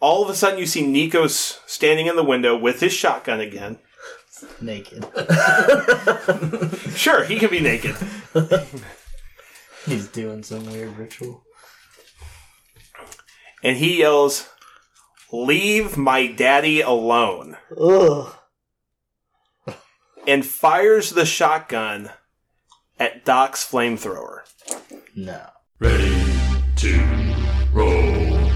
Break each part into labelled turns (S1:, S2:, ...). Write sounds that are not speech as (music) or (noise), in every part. S1: all of a sudden you see Nikos standing in the window with his shotgun again.
S2: Naked. (laughs)
S1: Sure, he can be naked.
S2: He's doing some weird ritual.
S1: And he yells, Leave my daddy alone.
S2: Ugh.
S1: And fires the shotgun at Doc's flamethrower.
S2: No.
S3: Ready to roll.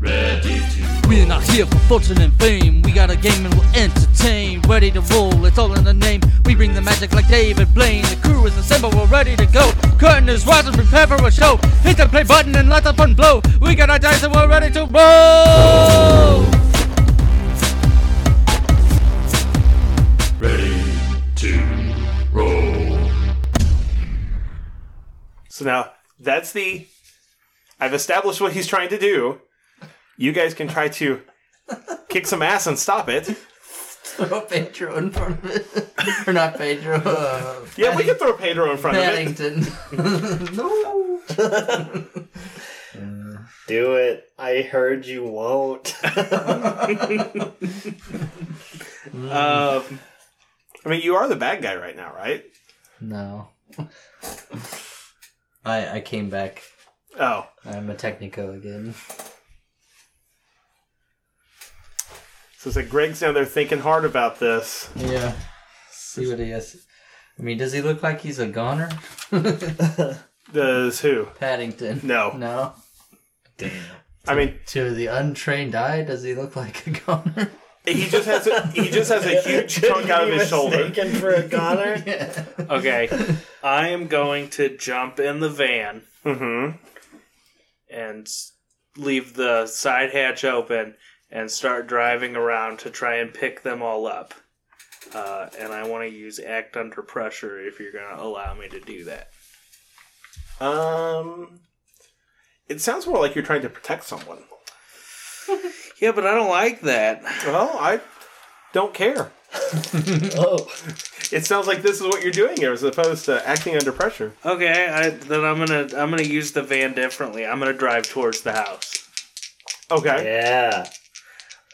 S3: Ready to.
S4: We're not here for fortune and fame. We got a game and we'll entertain. Ready to roll, it's all in the name. We bring the magic like David Blaine. The crew is assembled, we're ready to go. Curtain is rising, prepare for a show. Hit the play button and let the fun blow. We got our dice and we're ready to roll.
S3: Ready to roll.
S1: So now that's the. I've established what he's trying to do. You guys can try to kick some ass and stop it.
S2: Throw Pedro in front of it. or not Pedro. Uh,
S5: (laughs)
S1: Yeah, we can throw Pedro in front of it.
S2: Paddington. (laughs) no.
S5: Do it. I heard you won't. (laughs)
S1: Um, I mean, you are the bad guy right now, right?
S2: No. I I came back.
S1: Oh,
S2: I'm a Technico again.
S1: so it's like Greg's down there thinking hard about this.
S2: Yeah. See what he has. I mean, does he look like he's a goner?
S1: Does who?
S2: Paddington.
S1: No.
S2: No.
S1: I mean,
S2: To the untrained eye, does he look like a goner?
S1: he just has a, (laughs) he just has a huge chunk out of his shoulder.
S5: Mistaken for a goner?
S6: Okay. (laughs) I am going to jump in the van
S1: Mm-hmm.
S6: and s- leave the side hatch open and start driving around to try and pick them all up. Uh, and I want to use act under pressure if you're going to allow me to do that.
S1: Um, it sounds more like you're trying to protect someone.
S6: Yeah, but I don't like that.
S1: Well, I don't care.
S5: Oh.
S1: It sounds like this is what you're doing here, as opposed to acting under pressure.
S6: Okay, I, then I'm gonna I'm gonna use the van differently. I'm gonna drive towards the house.
S1: Okay.
S5: Yeah.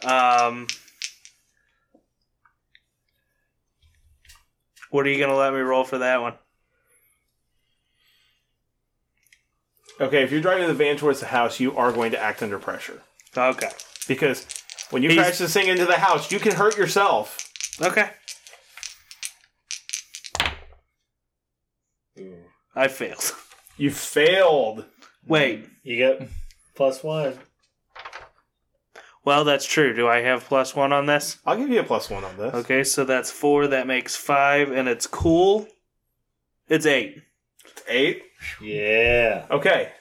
S6: Um, what are you gonna let me roll for that one?
S1: Okay. If you're driving the van towards the house, you are going to act under pressure
S6: Okay,
S1: because when you
S6: He's-
S1: crash this thing into the house, you can hurt yourself.
S6: okay. I failed.
S1: You failed.
S6: Wait.
S5: You get plus one.
S6: Well, that's true. Do I have plus one on this?
S1: I'll give you a plus one on this.
S6: Okay, so that's four. That makes five, and it's cool. It's eight.
S1: Eight.
S5: Yeah.
S1: Okay.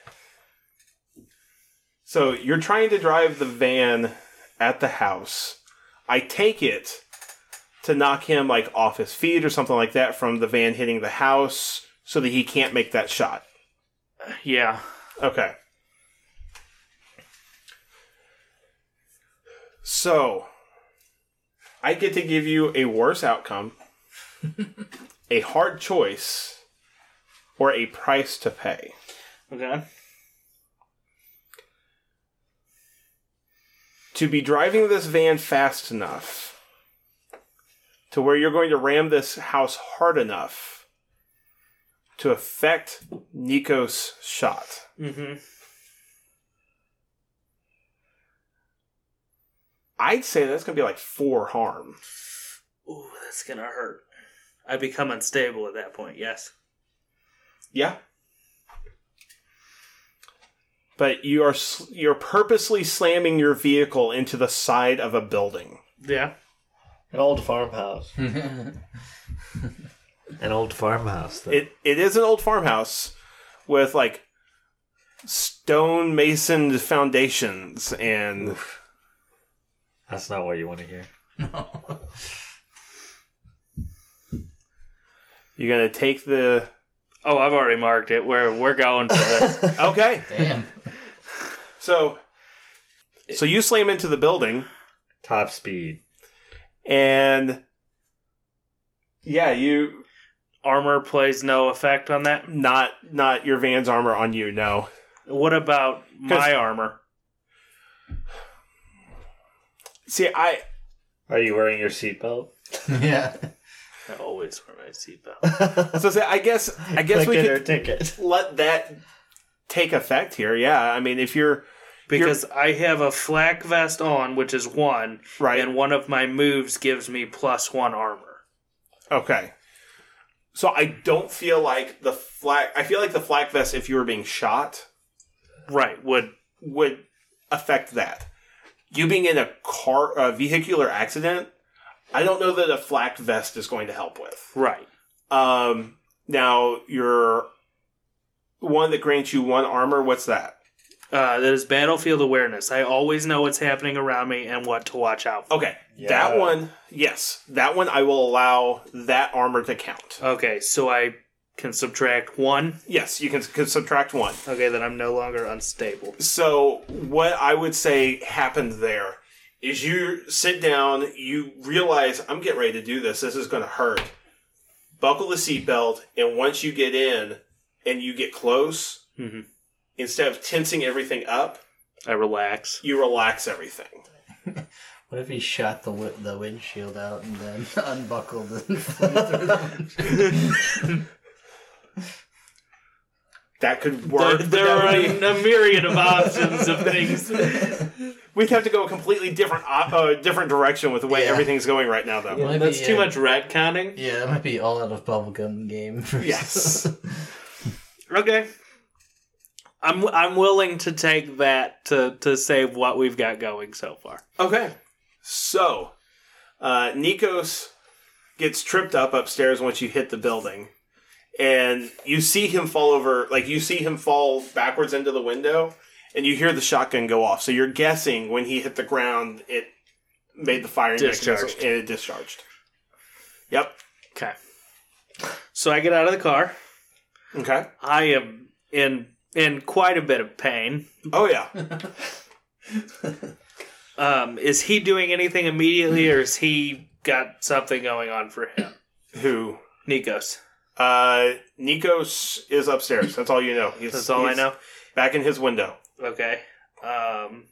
S1: So you're trying to drive the van at the house. I take it to knock him like off his feet or something like that from the van hitting the house so that he can't make that shot.
S6: Yeah.
S1: Okay. So I get to give you a worse outcome, a hard choice, or a price to pay.
S6: Okay.
S1: to be driving this van fast enough to where you're going to ram this house hard enough to affect Nico's shot.
S6: Mm-hmm.
S1: I'd say that's going to be like four harm.
S6: Ooh, that's gonna hurt. I become unstable at that point. Yes.
S1: Yeah. But you are sl- you're purposely slamming your vehicle into the side of a building.
S6: Yeah.
S5: An old
S6: (laughs)
S5: farmhouse.
S2: yeah.
S5: An old farmhouse, though.
S1: It it is an old farmhouse with like stone masoned foundations and
S5: That's not what you want to hear.
S1: You're gonna take the
S6: Oh, I've already marked it. We're we're going for
S5: (laughs)
S6: this.
S1: okay.
S2: Damn.
S1: So, so you slam into the building,
S5: Top speed.
S1: and yeah, you
S6: Armor plays no effect on that.
S1: not not your van's armor on you. No,
S6: What about
S1: 'Cause-
S6: my armor?
S1: See, I
S5: Are you wearing your seatbelt?
S2: yeah.
S6: I always wear
S5: (laughs)
S6: my seatbelt.
S1: so say, I guess I guess
S5: Click
S1: we
S5: in
S1: could
S5: her
S2: (laughs)
S5: ticket.
S1: let that take effect here. Yeah, I mean, if you're
S6: Because I have a flak vest on, which is one,
S1: Right.
S6: and one of my moves gives me plus one armor.
S1: okay, so I don't feel like the flag. I feel like the flag vest, if you were being shot,
S6: Right, would
S1: would affect that. You being in a car, a vehicular accident, I don't know that a flak vest is going to help with.
S6: right.
S1: Um, now your one that grants you one armor. What's that?
S6: Uh, that is battlefield awareness. I always know what's happening around me and what to watch out for.
S1: Okay,
S5: Yeah.
S1: that one. Yes, that one. I will allow that armor to count.
S6: Okay, so I can subtract one.
S1: Yes, you can, can subtract one.
S6: Okay, then I'm no longer unstable.
S1: So what I would say happened there is you sit down, you realize I'm getting ready to do this. This is going to hurt. Buckle the seatbelt, and once you get in and you get close,
S6: Mhm.
S1: instead of tensing everything up,
S6: I relax.
S1: you relax everything.
S2: What if he shot the wi- the windshield out and then (laughs) unbuckled and flew through the windshield?
S1: That could
S6: There,
S1: work.
S6: there are
S1: That would be-
S6: a, a myriad of options (laughs) of things.
S1: We'd have to go a completely different op- uh, different direction with the way
S2: Yeah.
S1: everything's going right now, though.
S2: Might
S6: That's
S2: be,
S6: too
S2: uh,
S6: much retconning.
S2: Yeah, that might be all out of bubblegum game. versus-
S1: Yes.
S6: Okay. I'm I'm willing to take that to, to save what we've got going so far.
S1: Okay. So, uh, Nikos gets tripped up upstairs once you hit the building, and you see him fall over. Like you see him fall backwards into the window, and you hear the shotgun go off. So you're guessing when he hit the ground, it made the firing mechanism-
S6: Discharged.
S1: and it discharged. Yep.
S6: Okay. So I get out of the car.
S1: Okay.
S6: I am in in quite a bit of pain.
S1: Oh
S6: (laughs)
S1: yeah.
S6: Um, is he doing anything immediately, or is he got something going on for him?
S1: Who?
S6: Nikos.
S1: Uh, Nikos is upstairs. That's all you know. He's,
S6: That's all I
S1: he's
S6: know.
S1: Back in his window.
S6: Okay. Um,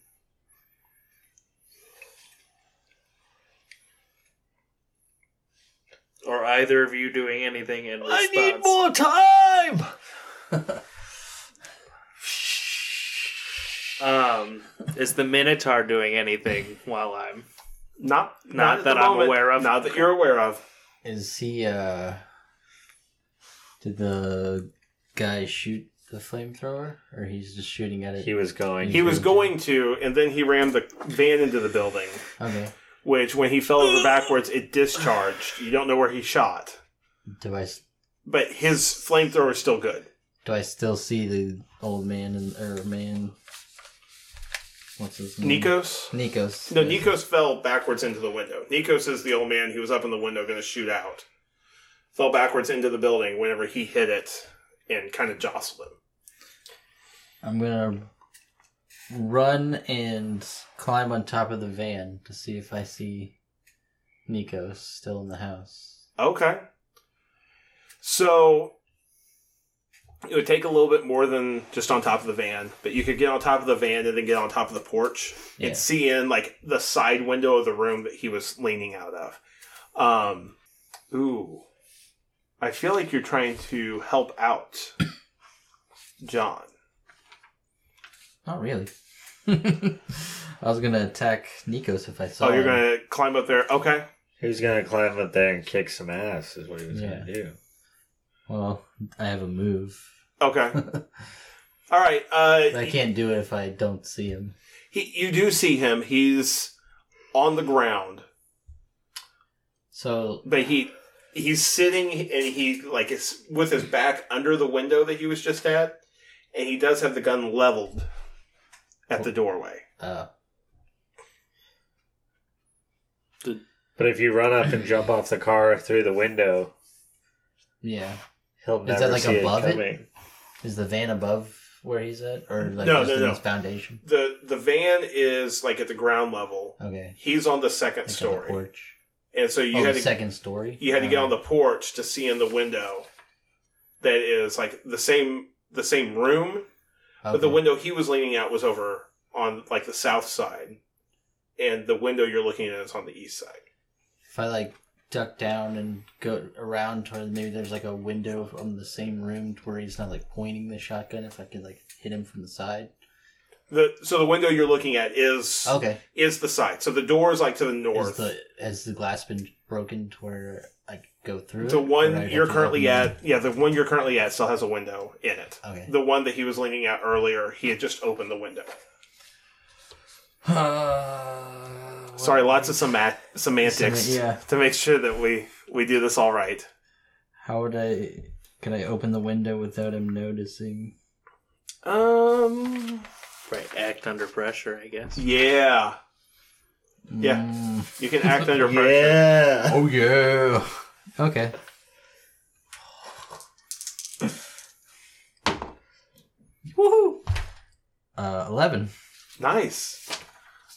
S6: or either of you doing anything in response?
S5: time.
S6: Um, is the Minotaur doing anything while I'm?
S1: Not, not, at
S6: that
S1: the
S6: I'm
S1: moment.
S6: aware of.
S1: Not that you're aware of.
S2: Is he, uh. Did the guy shoot the flamethrower? Or he's just shooting at it?
S5: He was going.
S1: He was going to, and then he rammed the van into the building,
S2: okay.
S1: which when he fell over backwards, it discharged. You don't know where he shot,
S2: Do I, s-
S1: but his flamethrower is still good.
S2: do I still see the old man and. or man. What's his name?
S1: Nikos?
S2: Nikos.
S1: No, Nikos fell backwards into the window. Nikos is the old man who was up in the window going to shoot out. Fell backwards into the building whenever he hit it and kind of jostled him.
S2: I'm gonna run and climb on top of the van to see if I see Nikos still in the house.
S1: Okay. So it would take a little bit more than just on top of the van, but you could get on top of the van and then get on top of the porch
S2: Yeah.
S1: and see in like the side window of the room that he was leaning out of. Um ooh. I feel like you're trying to help out John.
S2: Not really. (laughs) I was gonna attack Nikos if I saw.
S1: oh, you're
S2: him.
S1: going to climb up there. Okay.
S5: He was going to climb up there and kick some ass. Is what he was going
S2: Yeah.
S5: to do.
S2: Well, I have a move.
S1: Okay. All right. Uh
S2: But I can't do it if I don't see him.
S1: he, you do see him. He's on the ground.
S2: So
S1: but he he's sitting and he like is with his back under the window that he was just at and he does have the gun leveled at the doorway
S2: uh,
S5: But if you run up and jump off the car through the window,
S2: yeah,
S5: he'll
S2: that,
S5: never
S2: like,
S5: see
S2: above
S5: it
S2: it?
S5: coming.
S2: is the van above where he's at, or like
S1: No,
S2: just
S1: no,
S2: in
S1: no.
S2: his foundation?
S1: the the van is like at the ground level
S2: Okay.
S1: he's on the second
S2: Like on the
S1: story
S2: porch.
S1: and so you
S2: oh,
S1: had
S2: the
S1: to
S2: second story.
S1: you had to get
S2: Uh,
S1: on the porch to see in the window that is like the same the same room but the
S2: Uh, okay.
S1: window he was leaning out was over on like the south side and the window you're looking at is on the east side.
S2: If I like duck down and go around toward maybe there's like a window from the same room to where he's not like pointing the shotgun, if I could like hit him from the side.
S1: The so the window you're looking at is
S2: Okay.
S1: is the side. So the door is like to the
S2: Oh. Is
S1: north.
S2: the has the glass been broken to where I could go through?
S1: the
S2: it? Or I'd
S1: one
S2: have
S1: you're
S2: to
S1: currently
S2: open
S1: at, yeah, the one you're currently at still has a window in it.
S2: it? Okay.
S1: The one that he was leaning at earlier, he had just opened the window.
S2: Uh,
S1: Sorry, lots of sema- semantics
S2: Sema- yeah.
S1: to make sure that we we do this all right.
S2: How would I? Could I open the window without him noticing?
S1: Um,
S6: Right, act under pressure, I guess.
S1: yeah, Yeah.
S2: Mm.
S1: you can act
S2: (laughs)
S1: under pressure.
S5: Yeah.
S2: Oh yeah. Okay. Woohoo! Uh, eleven.
S1: Nice.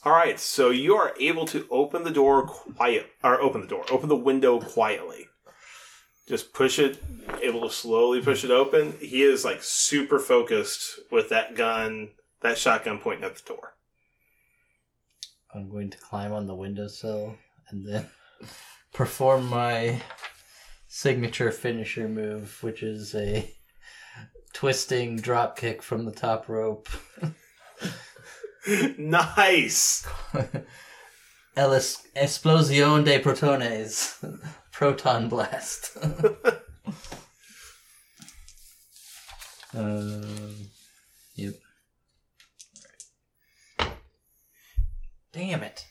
S1: All right, so you are able to open the door quiet, or open the door, open the window quietly. Just push it, able to slowly push it open. He is like super focused with that gun, that shotgun pointing at the door. (laughs)
S2: I'm going to climb on the windowsill and then (laughs) perform my signature finisher move, which is a twisting drop kick from the top rope.
S1: nice.
S2: El es- Explosión de Protones. (laughs) Proton Blast. (laughs) Um yep. Damn it.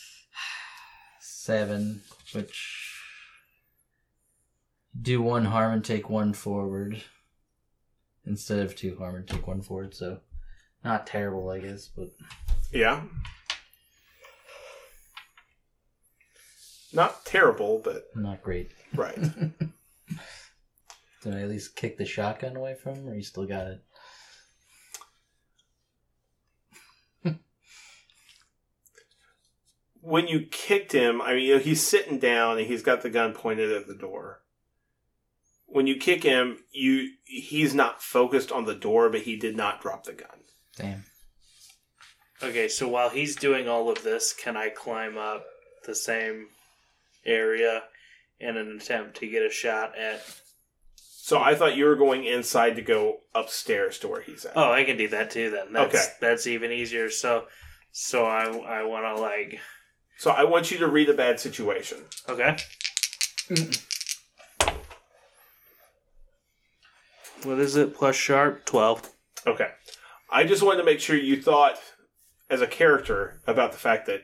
S2: (sighs) Seven, which. Do one harm and take one forward. Instead of two harm and take one forward, so. Not terrible, I guess, but.
S1: Yeah. Not terrible, but
S2: Not great.
S1: right.
S2: Did I at least kick the shotgun away from him, or you still got it?
S1: when you kicked him, I mean, you know, he's sitting down and he's got the gun pointed at the door. When you kick him, you he's not focused on the door, but he did not drop the gun.
S2: Damn.
S6: Okay, so while he's doing all of this, can I climb up the same area in an attempt to get a shot at?
S1: So I thought you were going inside to go upstairs to where he's at.
S6: Oh, I can do that too. Then that's
S1: Okay.
S6: that's even easier. So, so I I want to like
S1: So I want you to read a bad situation.
S6: okay. What is it? Plus sharp twelve.
S1: Okay. I just wanted to make sure you thought as a character about the fact that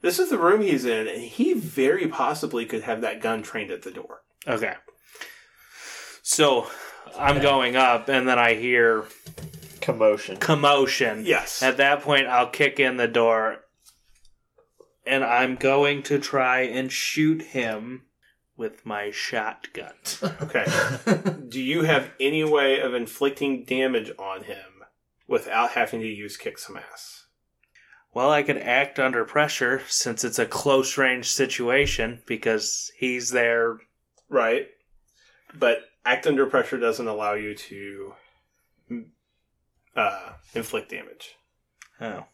S1: this is the room he's in and he very possibly could have that gun trained at the door.
S6: Okay. So I'm going up, and then I hear
S5: Commotion.
S6: commotion.
S1: Yes.
S6: At that point, I'll kick in the door, and I'm going to try and shoot him with my shotgun.
S1: Okay. (laughs) Do you have any way of inflicting damage on him without having to use kick some ass?
S6: Well, I could act under pressure since it's a close range situation because he's there.
S1: Right. But act under pressure doesn't allow you to uh, inflict damage.
S6: Oh,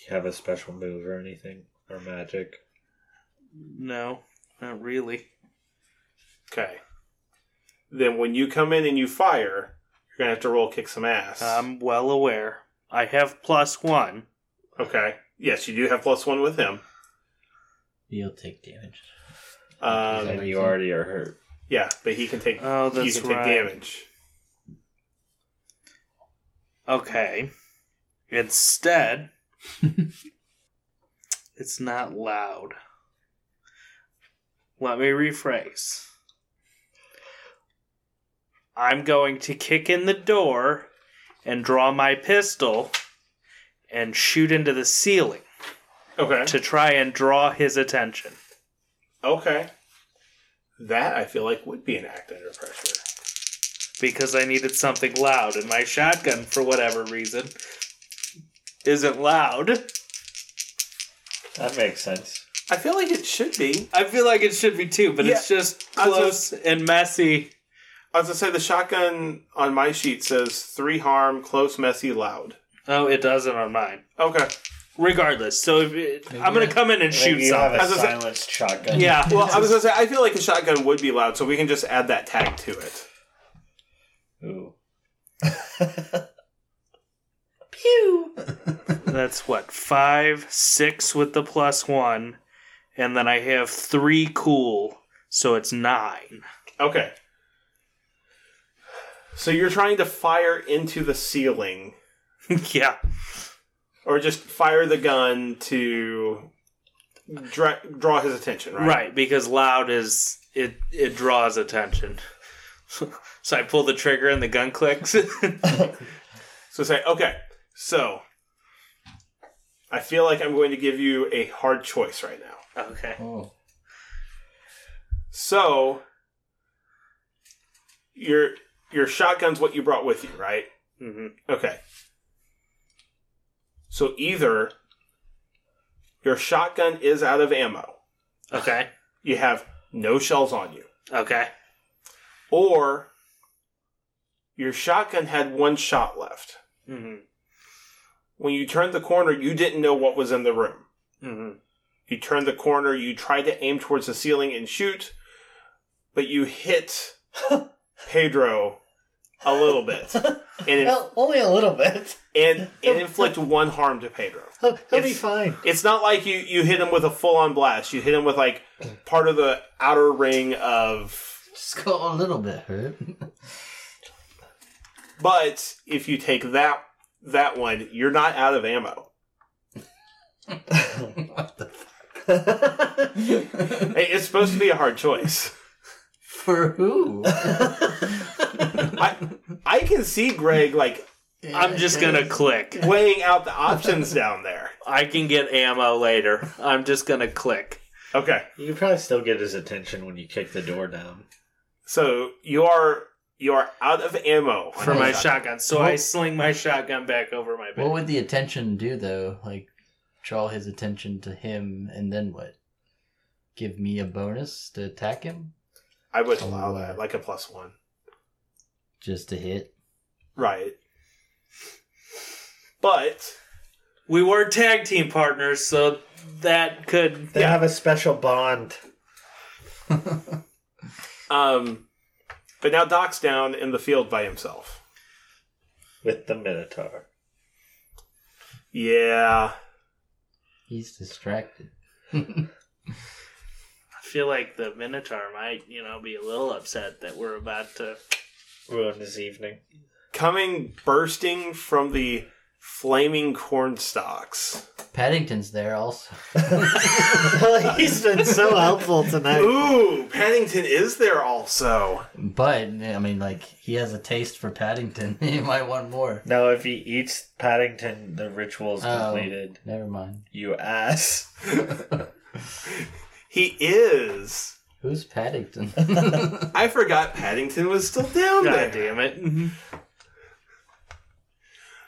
S5: You have a special move or anything or magic?
S6: no, not really.
S1: Okay. Then when you come in and you fire, you're gonna have to roll kick some ass.
S6: I'm well aware. I have plus one.
S1: okay. Yes, you do have plus one with him.
S2: You'll take damage.
S1: Um,
S5: and you already are hurt.
S1: yeah, but he can take
S6: Oh,
S1: you
S6: that's
S1: can
S6: right.
S1: take damage.
S6: Okay. Instead, it's not loud. Let me rephrase. I'm going to kick in the door and draw my pistol and shoot into the ceiling
S1: Okay.
S6: to try and draw his attention.
S1: Okay. That I feel like would be an act under pressure.
S6: because I needed something loud, and my shotgun, for whatever reason, isn't loud.
S5: That makes sense.
S1: I feel like it should be.
S6: I feel like it should be too, but it's just
S1: I was
S6: close and messy.
S1: I was gonna say the shotgun on my sheet says three harm, close, messy, loud.
S6: Oh, it doesn't on mine.
S1: Okay.
S6: Regardless, so if it, I'm gonna come in and shoot
S7: you
S6: something.
S7: have a
S1: As I said-
S7: silenced shotgun.
S6: Yeah,
S1: Well, I was gonna say I feel like the shotgun would be loud, so we can just add that tag to it.
S7: Ooh.
S6: that's what five, six with the plus one, and then I have three cool, so it's nine. (laughs)
S1: Okay. So you're trying to fire into the ceiling,
S6: yeah,
S1: or just fire the gun to dra- draw his attention, right?
S6: right. because loud is it it draws attention. (laughs) so I pull the trigger and the gun clicks. (laughs)
S1: So say, okay, so I feel like I'm going to give you a hard choice right now.
S6: okay.
S7: Oh.
S1: So your your shotgun's what you brought with you, right?
S6: hmm
S1: Okay. So either your shotgun is out of ammo,
S6: Okay.
S1: you have no shells on you,
S6: Okay.
S1: or your shotgun had one shot left.
S6: hmm
S1: When you turned the corner, you didn't know what was in the room.
S6: hmm
S1: You turn the corner, you try to aim towards the ceiling and shoot, but you hit Pedro a little bit and,
S7: Well, only a little bit. (laughs)
S1: and, and inflict one harm to Pedro.
S7: He'll, he'll be
S1: It's-
S7: fine.
S1: It's not like you, you hit him with a full on blast. You hit him with like part of the outer ring of.
S2: Just got a little bit hurt. (laughs)
S1: But if you take that that one, you're not out of ammo.
S2: what the f-
S1: Hey, It's supposed to be a hard choice.
S2: For who?
S1: I I can see Greg like
S6: I'm just gonna click.
S1: weighing out the options down there.
S6: I can get ammo later. I'm just gonna click.
S1: Okay.
S7: You can probably still get his attention when you kick the door down.
S1: So you are you are out of ammo
S6: for my shotgun. So I sling my shotgun back over my
S2: What
S6: back.
S2: would the attention do though? Like draw his attention to him and then what? Give me a bonus to attack him?
S1: I would
S2: Oh,
S1: allow
S2: wow.
S1: that, like a plus one.
S2: Just to hit.
S1: Right. But
S6: We were tag team partners, so that could.
S7: They have a special bond.
S1: um but now Doc's down in the field by himself.
S7: with the Minotaur.
S1: Yeah.
S2: He's distracted.
S6: I feel like the Minotaur might, you know, be a little upset that we're about to.
S7: Ruined his evening.
S1: Coming bursting from the flaming corn stalks.
S2: Paddington's there also.
S7: (laughs)
S2: (laughs)
S7: He's been so helpful (laughs) tonight.
S1: Ooh, Paddington is there also.
S2: But I mean like he has a taste for Paddington. (laughs) he might want more.
S7: No, if he eats Paddington, the ritual's
S2: Oh.
S7: completed.
S2: Never mind.
S7: You ass.
S1: He is. (laughs)
S2: Who's Paddington?
S1: I forgot Paddington was still down
S6: God
S1: there.
S6: damn it.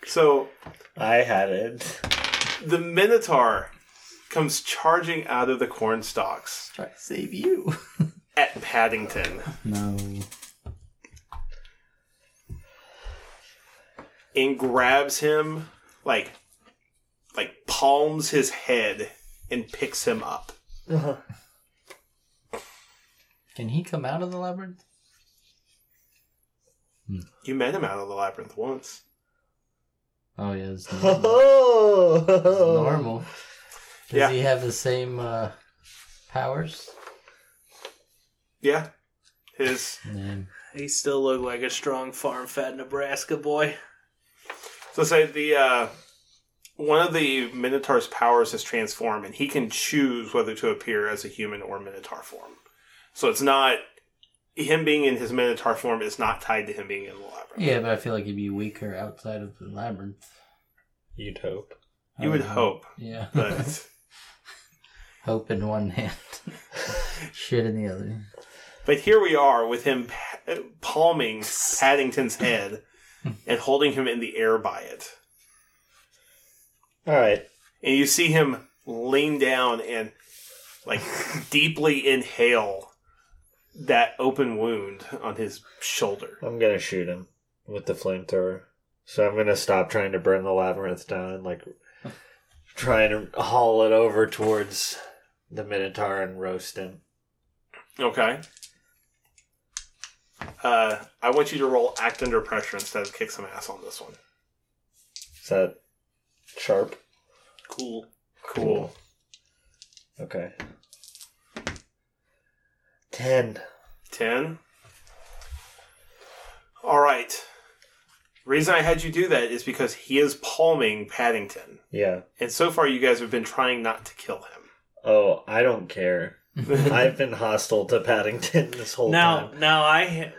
S1: So
S7: I had it.
S1: the Minotaur comes charging out of the corn stalks
S2: Try to save you.
S1: at Paddington,
S2: No.
S1: and grabs him like like palms his head and picks him up.
S2: Can he come out of the labyrinth?
S1: You met him out of the labyrinth once.
S2: Oh
S1: (laughs)
S2: yeah, it's normal. It's
S7: (laughs) Oh,
S2: normal. Does
S1: Yeah.
S2: he have the same uh, powers?
S1: Yeah. His
S2: Name.
S6: He still looked like a strong farm fed Nebraska boy.
S1: so say the uh one of the Minotaur's powers is transform, and he can choose whether to appear as a human or Minotaur form. So it's not him being in his Minotaur form is not tied to him being in the labyrinth.
S2: Yeah, but I feel like he'd be weaker outside of the labyrinth.
S7: (laughs) You'd hope.
S1: You would
S2: Um,
S1: hope,
S2: Yeah.
S1: but
S2: (laughs) hope in
S1: (laughs)
S2: one hand, shit in the other.
S1: but here we are with him pa- palming Paddington's head and holding him in the air by it,
S7: All right.
S1: and you see him lean down and like deeply inhale that open wound on his shoulder.
S7: I'm going to shoot him with the flamethrower. So I'm going to stop trying to burn the labyrinth down and, like, trying to haul it over towards the Minotaur and roast him.
S1: Okay. Uh, I want you to roll act under pressure instead of kick some ass on this one.
S7: Is that sharp?
S6: Cool.
S1: Cool.
S7: Okay. Ten.
S1: Ten. All right. Reason I had you do that is because he is palming Paddington,
S7: Yeah.
S1: and so far you guys have been trying not to kill him.
S7: Oh, I don't care. I've been hostile to Paddington this whole
S6: Now,
S7: time.
S6: now I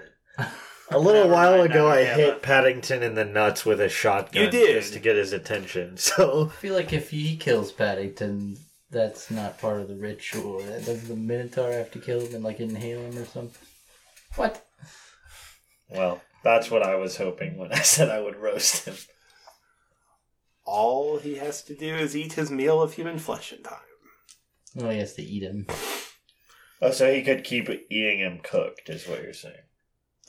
S7: A little
S6: Never
S7: while
S6: mind,
S7: ago,
S6: now I
S7: I
S6: have
S7: hit
S6: a-
S7: Paddington in the nuts with a shotgun
S1: You did.
S7: just to get his attention. (laughs) So
S2: I feel like if he kills Paddington, that's not part of the ritual. Doesn't the Minotaur have to kill him and like inhale him or something? What?
S7: Well, that's what I was hoping when I (laughs) said I would roast him.
S1: All he has to do is eat his meal of human flesh in time.
S2: Well, he has to eat him.
S7: Oh, so he could keep eating him cooked, is what you're saying.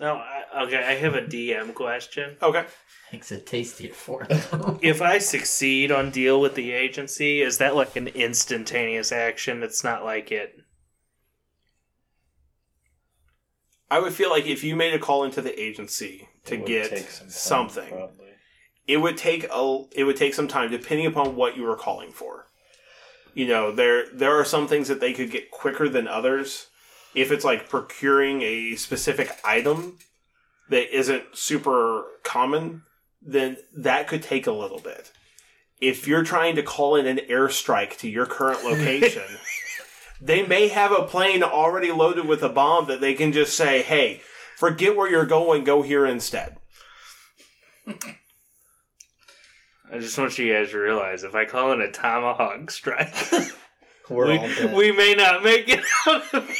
S6: no. I, okay, I have a DM question.
S1: Okay.
S2: Makes it tastier (laughs) for him.
S6: If I succeed on deal with the agency, is that like an instantaneous action? It's not like it.
S1: I would feel like if you made a call into the agency to
S7: It would
S1: get
S7: take some time,
S1: something,
S7: probably.
S1: it would take a it would take some time depending upon what you were calling for. You know, there there are some things that they could get quicker than others. If it's like procuring a specific item that isn't super common, then that could take a little bit. If you're trying to call in an airstrike to your current location, they may have a plane already loaded with a bomb that they can just say, "Hey, forget where you're going, go here instead."
S6: I just want you guys to realize if I call in a
S2: (laughs)
S6: tomahawk strike,
S7: We're all
S6: we,
S7: dead.
S6: we may not make it out of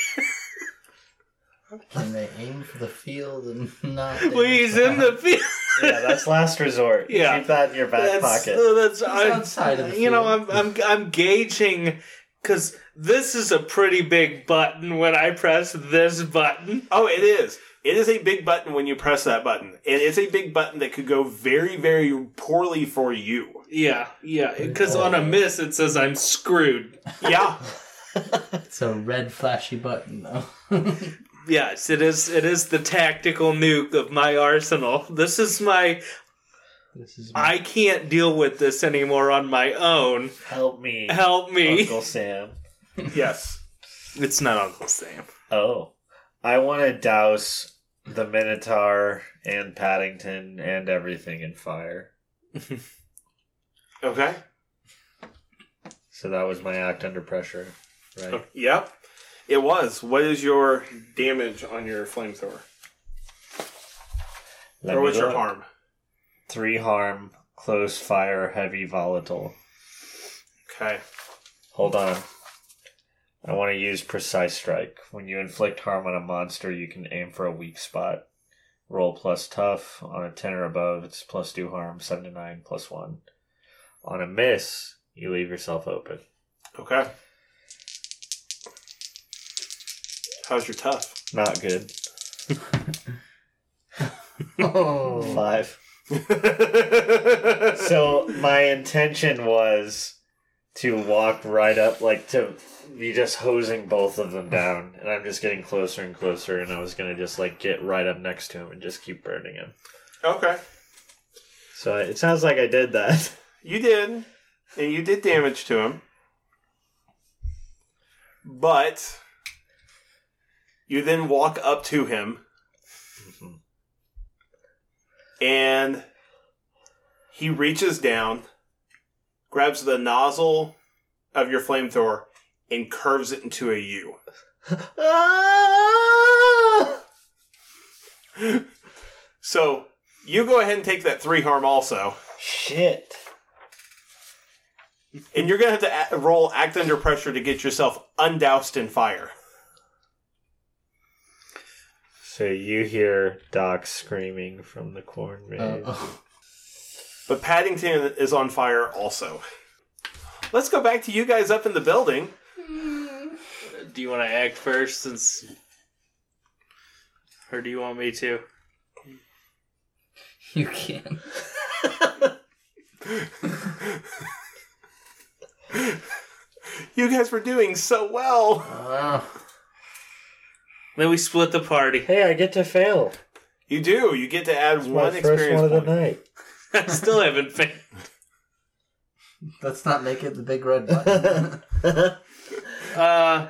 S2: and they aim for the field and not.
S6: (laughs) Please, in the field.
S7: yeah, that's last resort.
S6: Yeah.
S7: Keep that in your back
S6: That's,
S7: pocket.
S6: uh, that's I,
S2: outside of the
S6: you know, I'm
S2: field.
S6: I'm I'm gauging because this is a pretty big button. When I press this button,
S1: Oh, it is. It is a big button when you press that button. And it's a big button that could go very, very poorly for you.
S6: yeah, yeah, because on
S2: Oh.
S6: a miss it says I'm screwed.
S1: Yeah.
S2: It's a red flashy button though.
S6: Yes, it is. It is the tactical nuke of my arsenal. This is my.
S2: (laughs) this is my
S6: I can't deal with this anymore on my own.
S7: Help me,
S6: Help
S2: Oh,
S1: (laughs)
S6: me.
S7: Uncle Sam.
S1: yes.
S6: It's not Uncle Sam.
S7: Oh, I want to douse the Minotaur and Paddington and everything in fire.
S1: Okay.
S7: So that was my act under pressure, right?
S1: Yep. It was. What is your damage on your flamethrower?
S7: Let
S1: Or
S7: me
S1: what's your
S7: look.
S1: harm?
S7: Three harm, close fire, heavy volatile.
S1: Okay.
S7: Hold on. I want to use precise strike. When you inflict harm on a monster, you can aim for a weak spot. Roll plus tough. On a 10 or above, it's plus 2 harm, 7 to 9, plus 1. On a miss, you leave yourself open.
S1: Okay. How's your tough?
S7: Not good.
S2: oh,
S7: Five. so my intention was to walk right up, like to be just hosing both of them down, and I'm just getting closer and closer, and I was gonna just like get right up next to him and just keep burning him.
S1: Okay.
S7: So it sounds like I did that. (laughs)
S1: You did. And you did damage to him. But you then walk up to him. And he reaches down, grabs the nozzle of your flamethrower, and curves it into a U.
S7: Ah!
S1: So you go ahead and take that three harm also.
S7: Shit.
S1: And you're going to have to a- roll act under pressure to get yourself undoused in fire.
S7: So you hear Doc screaming from the corn
S2: (laughs)
S7: maze.
S2: oh.
S1: But Paddington is on fire also. Let's go back to you guys up in the building.
S6: Do you want to act first, since, or do you want me to?
S2: you can.
S1: You guys were doing so well.
S2: Oh,
S6: Then we split the party. (laughs)
S5: Hey, I get to fail.
S1: You do. You get to add
S5: My
S1: one
S5: first
S1: experience
S5: one of the
S1: point.
S5: night.
S6: I still haven't failed.
S2: let's not make it the big red (laughs) button.
S6: Uh,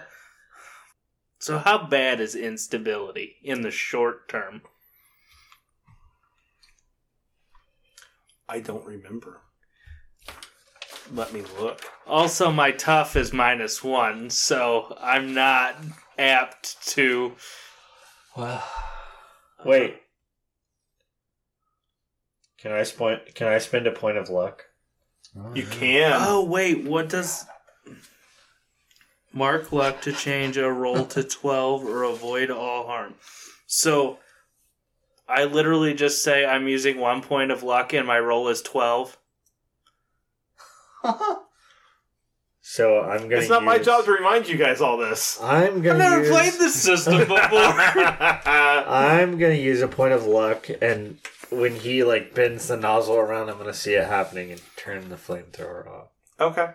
S6: so how bad is instability in the short term?
S1: I don't remember. Let me look.
S6: Also, my tough is minus one, so I'm not apt to.
S2: well,
S7: (laughs) Wait. Can I spend? Can I spend a point of luck?
S1: You
S5: Mm.
S1: can.
S6: Oh wait, what does mark luck to change a roll to twelve or avoid all harm? So I literally just say I'm using one point of luck and my roll is twelve.
S7: So I'm gonna.
S1: it's not my
S7: use-
S1: job to remind you guys all
S5: (laughs)
S1: this.
S7: I'm
S6: I've
S7: gonna.
S6: never
S7: use-
S6: played this system before.
S7: I'm gonna use a point of luck, and when he like bends the nozzle around, I'm gonna see it happening and turn the flamethrower off.
S1: okay.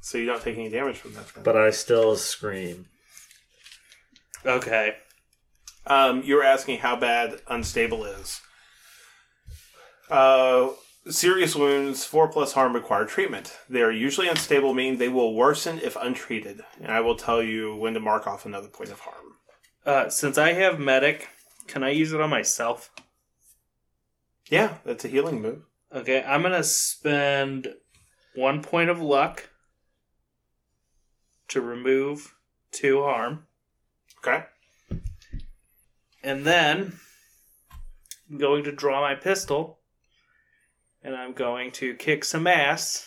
S1: So you don't take any damage from that. then.
S7: But I still scream.
S6: okay.
S1: Um, you were asking how bad unstable is. Uh, serious wounds, four plus harm require treatment. They are usually unstable, meaning they will worsen if untreated. And I will tell you when to mark off another point of harm.
S6: Uh, since I have medic, can I use it on myself?
S1: Yeah, that's a healing move.
S6: Okay, I'm gonna spend one point of luck to remove two harm.
S1: Okay.
S6: And then I'm going to draw my pistol and I'm going to kick some ass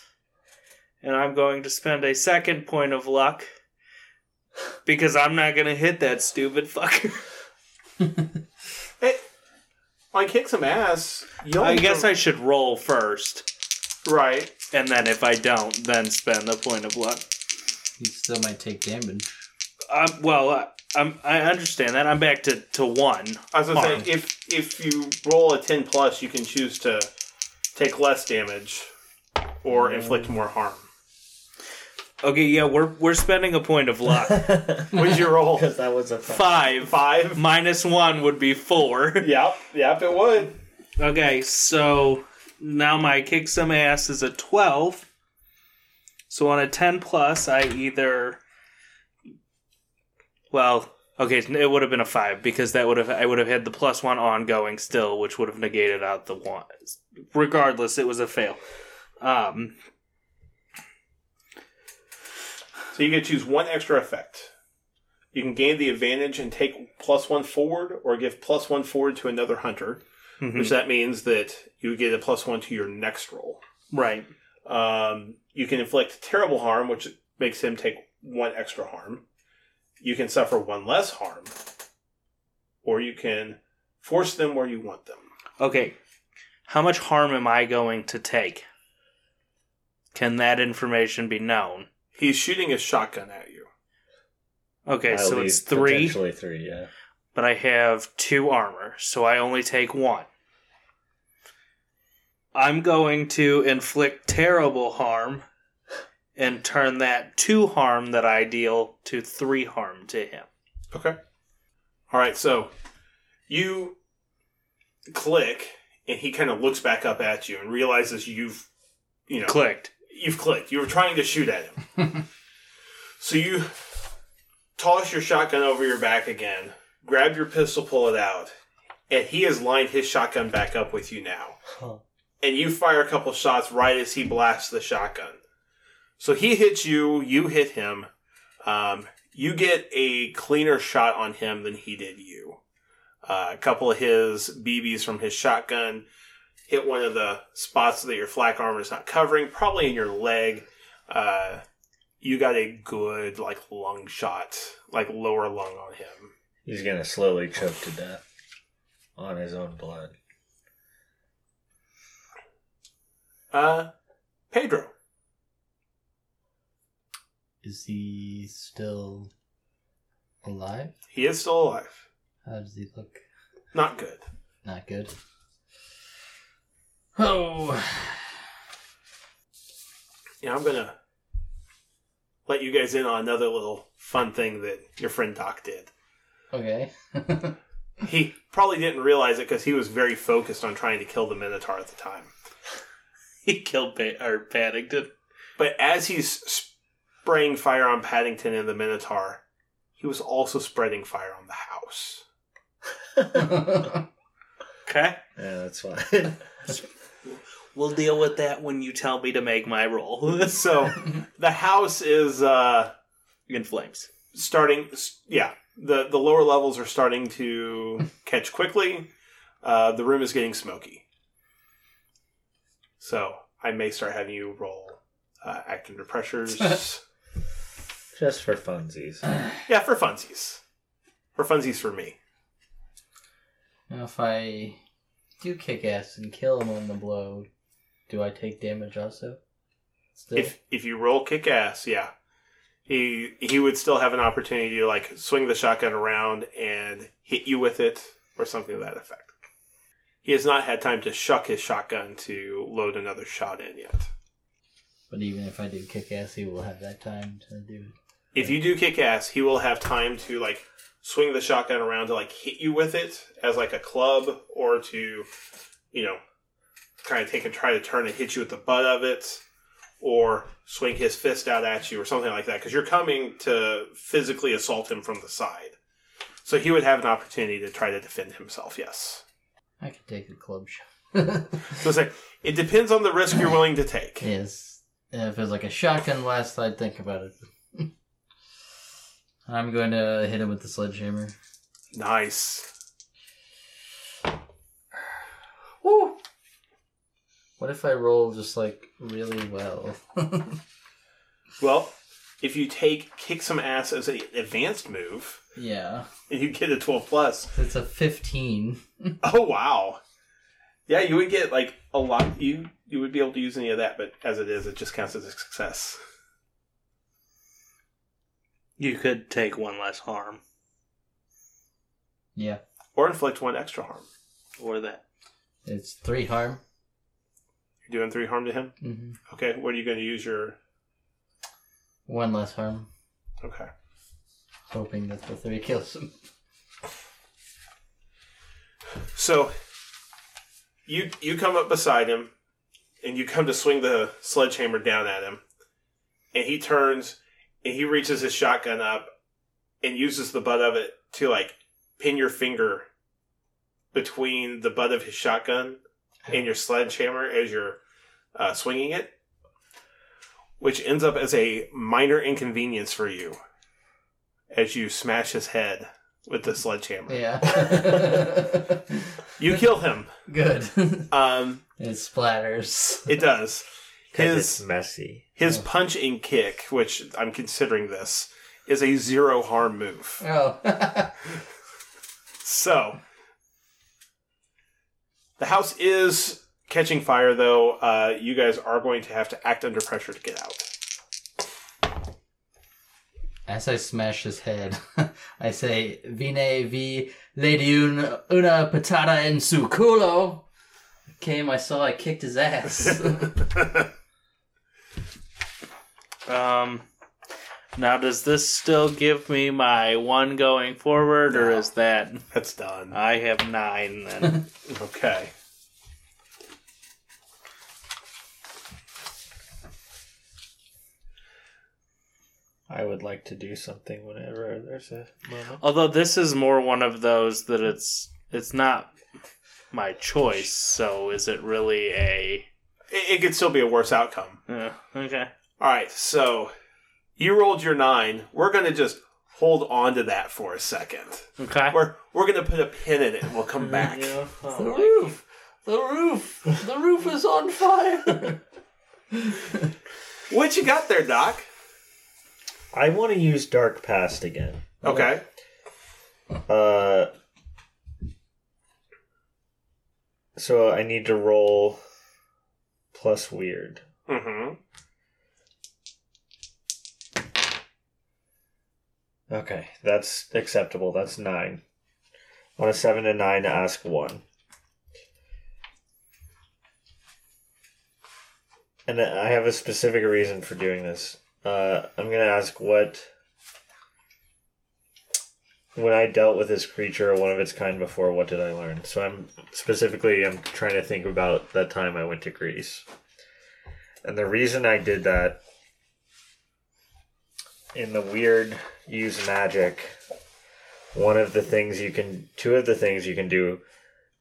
S6: and I'm going to spend a second point of luck because I'm not going to hit that stupid fucker.
S1: Hey, I kick some ass. You'll
S6: I guess I should roll first
S1: right.
S6: and then if I don't then spend a point of luck.
S2: you still might take damage.
S6: Um, well, I, I'm, I understand that. I'm back to, to one.
S1: I was gonna
S6: Harm.
S1: say if if you roll a ten plus, you can choose to take less damage or inflict more harm.
S6: Okay, yeah, we're, we're spending a point of luck.
S1: What's your
S7: (laughs)
S1: roll?
S7: Because that was a fu-
S6: Five.
S1: Five.
S6: (laughs) Minus one would be four.
S1: Yep, yep, it would.
S6: Okay, so now my kick some ass is a 12. So on a 10 plus, I either. Well, okay, it would have been a 5 because that would have I would have had the plus 1 ongoing still, which would have negated out the 1. Regardless, it was a fail. Um,
S1: So you can choose one extra effect. You can gain the advantage and take plus one forward, or give plus one forward to another hunter,
S7: Mm-hmm.
S6: Mhm.
S1: which that means that you get a plus one to your next roll.
S6: right.
S1: Um, you can inflict terrible harm, which makes him take one extra harm. You can suffer one less harm, or you can force them where you want them.
S6: Okay. How much harm am I going to take? Can that information be known?
S1: He's shooting a shotgun at you.
S6: Okay,
S7: at
S6: so it's
S7: least,
S6: three.
S7: Potentially three, yeah.
S6: but I have two armor, so I only take one. I'm going to inflict terrible harm and turn that two harm that I deal to three harm to him.
S1: Okay. All right, so you click, and he kind of looks back up at you and realizes you've, you know,
S6: Clicked. (laughs)
S1: you've clicked. You were trying to shoot at him. so you toss your shotgun over your back again, grab your pistol, pull it out, and he has lined his shotgun back up with you now. And you fire a couple shots right as he blasts the shotgun. So he hits you, you hit him. Um, you get a cleaner shot on him than he did you. Uh, a couple of his BBs from his shotgun hit one of the spots that your flak armor is not covering, probably in your leg. Uh, you got a good like lung shot, like lower lung on him.
S7: He's gonna slowly choke to death on his own blood.
S1: Uh, Pedro,
S2: Is he still alive?
S1: he is still alive.
S2: How does he look?
S1: Not good.
S2: Not good. Oh,
S6: Oh.
S1: Yeah, I'm gonna let you guys in on another little fun thing that your friend Doc did.
S2: (laughs) Okay.
S1: He probably didn't realize it because he was very focused on trying to kill the Minotaur at the time.
S6: He killed ba- or Paddington.
S1: But as he's spraying fire on Paddington and the Minotaur, he was also spreading fire on the house. (laughs)
S6: Okay.
S7: Yeah, that's fine.
S6: We'll deal with that when you tell me to make my roll. (laughs)
S1: So the house is uh,
S6: in flames.
S1: starting. s- Yeah, the the lower levels are starting to catch quickly. Uh, the room is getting smoky. So I may start having you roll uh, act under pressures.
S7: (laughs) Just for funsies.
S1: yeah, for funsies. For funsies for me.
S2: now, if I do kick ass and kill him on the blow, do I take damage also? Still?
S1: If if you roll kick ass, yeah. He he would still have an opportunity to like swing the shotgun around and hit you with it or something to that effect. He has not had time to shuck his shotgun to load another shot in yet.
S2: But even if I do kick ass, he will have that time to do it.
S1: If you do kick ass, he will have time to like swing the shotgun around to like hit you with it as like a club or to, you know, kind of take and try to turn and hit you with the butt of it or swing his fist out at you or something like that because you're coming to physically assault him from the side. So he would have an opportunity to try to defend himself, yes.
S2: I could take a club shot. (laughs)
S1: So it's like, it depends on the risk you're willing to take.
S2: yes. If it was like a shotgun last, I'd think about it. (laughs) I'm going to hit him with the sledgehammer.
S1: Nice.
S2: Woo! What if I roll just like really well?
S1: Well, if you take kick some ass as an advanced move,
S2: yeah.
S1: and you get a 12 plus.
S2: It's a 15.
S1: Oh wow. Yeah, you would get like a lot you you would be able to use any of that, but as it is, it just counts as a success.
S6: You could take one less harm,
S2: Yeah.
S1: Or inflict one extra harm.
S6: or that.
S2: It's 3 harm.
S1: You're doing three harm to him?
S2: hmm
S1: Okay, what are you gonna use your
S2: One less harm.
S1: Okay.
S2: Hoping that the 3 (laughs) kills him.
S1: So you you come up beside him and you come to swing the sledgehammer down at him. And he turns and he reaches his shotgun up and uses the butt of it to like pin your finger between the butt of his shotgun and your sledgehammer as you're uh, swinging it, which ends up as a minor inconvenience for you as you smash his head with the sledgehammer.
S2: (laughs) Yeah.
S1: You kill him.
S2: Good.
S1: Um,
S2: (laughs) it splatters.
S1: It does.
S7: Because
S1: His
S7: it's messy.
S1: his punch and kick, which I'm considering this, is a zero harm move.
S2: Oh.
S1: So the house is catching fire, though. Uh, you guys are going to have to act under pressure to get out.
S2: (laughs) As I smash his head, (laughs) I say, Vine vi lady un- una patata in su culo. Came, I saw, I kicked his (laughs) ass.
S6: Um, now does this still give me my one going forward, or is that
S1: That's done.
S6: I have nine (laughs) then?
S1: Okay.
S7: I would like to do something whenever there's a moment.
S6: Although this is more one of those that it's it's not my choice. So is it really a
S1: It, it could still be a worse outcome.
S6: uh, okay?
S1: All right, so you rolled your nine. We're going to just hold on to that for a second.
S6: Okay.
S1: We're we're going to put a pin in it, and we'll come back.
S2: the roof! oh, The roof! The roof is on (laughs) fire!
S1: What you got there, Doc?
S7: I want to use Dark Past again.
S1: Okay.
S7: Uh, so I need to roll plus weird.
S1: Mm-hmm.
S7: Okay, that's acceptable. That's nine. On a seven to nine, ask one. And I have a specific reason for doing this. Uh, I'm gonna ask what when I dealt with this creature or one of its kind before. What did I learn? So I'm specifically I'm trying to think about that time I went to Greece, and the reason I did that in the weird use magic. One of the things you can, two of the things you can do,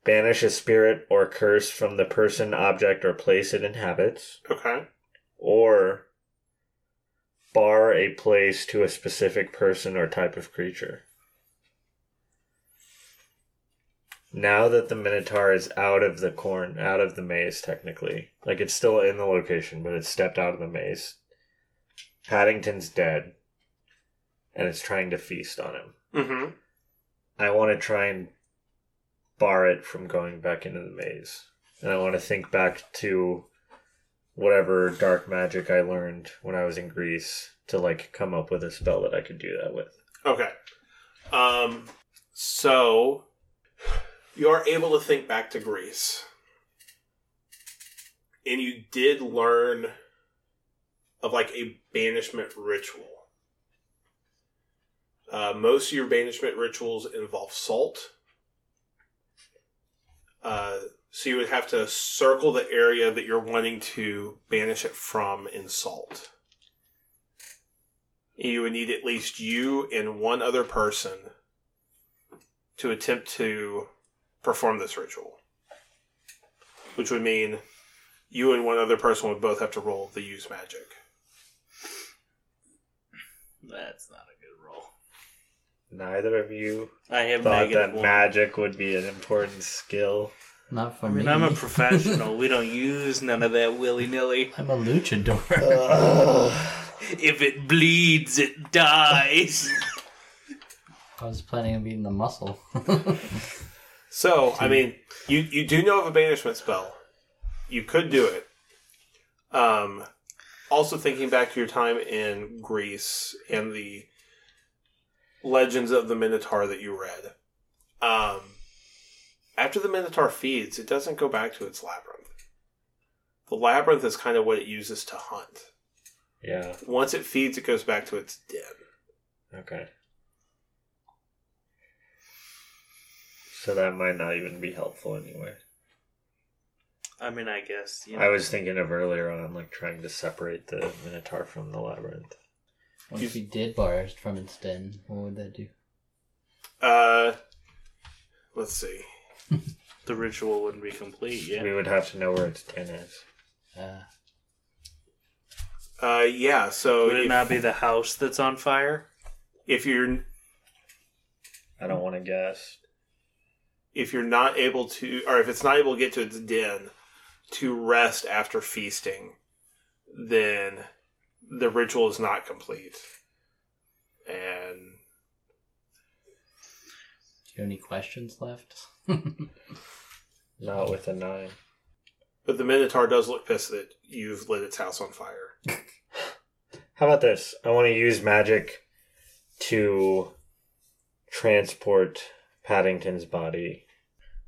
S7: banish a spirit or curse from the person, object, or place it inhabits
S1: Okay.
S7: or bar a place to a specific person or type of creature. Now that the Minotaur is out of the corn, out of the maze, technically, like it's still in the location, but it's stepped out of the maze. Paddington's dead, and it's trying to feast on him.
S1: Mm-hmm.
S7: I want to try and bar it from going back into the maze. And I want to think back to whatever dark magic I learned when I was in Greece to like come up with a spell that I could do that with.
S1: Okay. Um, so you are able to think back to Greece, and you did learn of like a banishment ritual. Uh, most of your banishment rituals involve salt. Uh, so you would have to circle the area that you're wanting to banish it from in salt you would need at least you and one other person to attempt to perform this ritual. Which would mean you and one other person would both have to roll the use magic.
S6: That's not a good roll.
S7: Neither of you
S6: I have
S7: thought
S6: negative
S7: that
S6: one.
S7: magic would be an important skill.
S2: Not for
S6: I
S2: me.
S6: mean, (laughs) I'm a professional. we don't use none of that willy nilly.
S2: (laughs) I'm a luchador.
S6: If it bleeds, it (laughs) dies.
S2: (laughs) I was planning on being the muscle. (laughs)
S1: So, I mean, you, you do know of a banishment spell. You could do it. Um, also, thinking back to your time in Greece and the legends of the Minotaur that you read, um, after the Minotaur feeds, it doesn't go back to its labyrinth. The labyrinth is kind of what it uses to hunt.
S7: Yeah.
S1: Once it feeds, it goes back to its den.
S7: Okay. So that might not even be helpful anyway.
S6: I mean, I guess. You know.
S7: I was thinking of earlier on like trying to separate the Minotaur from the labyrinth.
S2: What if we did bar it from its den? What would that do?
S1: Uh, let's see.
S6: the ritual wouldn't be complete. Yeah.
S7: We would have to know where its den is.
S2: Uh,
S1: Uh, yeah, so
S6: Would it
S1: if,
S6: not be the house that's on fire?
S1: if you're
S7: I don't want to guess.
S1: if you're not able to or if it's not able to get to its den to rest after feasting then the ritual is not complete and
S2: do you have any questions left?
S7: Not with a nine.
S1: but the minotaur does look pissed that you've lit its house on fire
S7: How about this? I want to use magic to transport Paddington's body.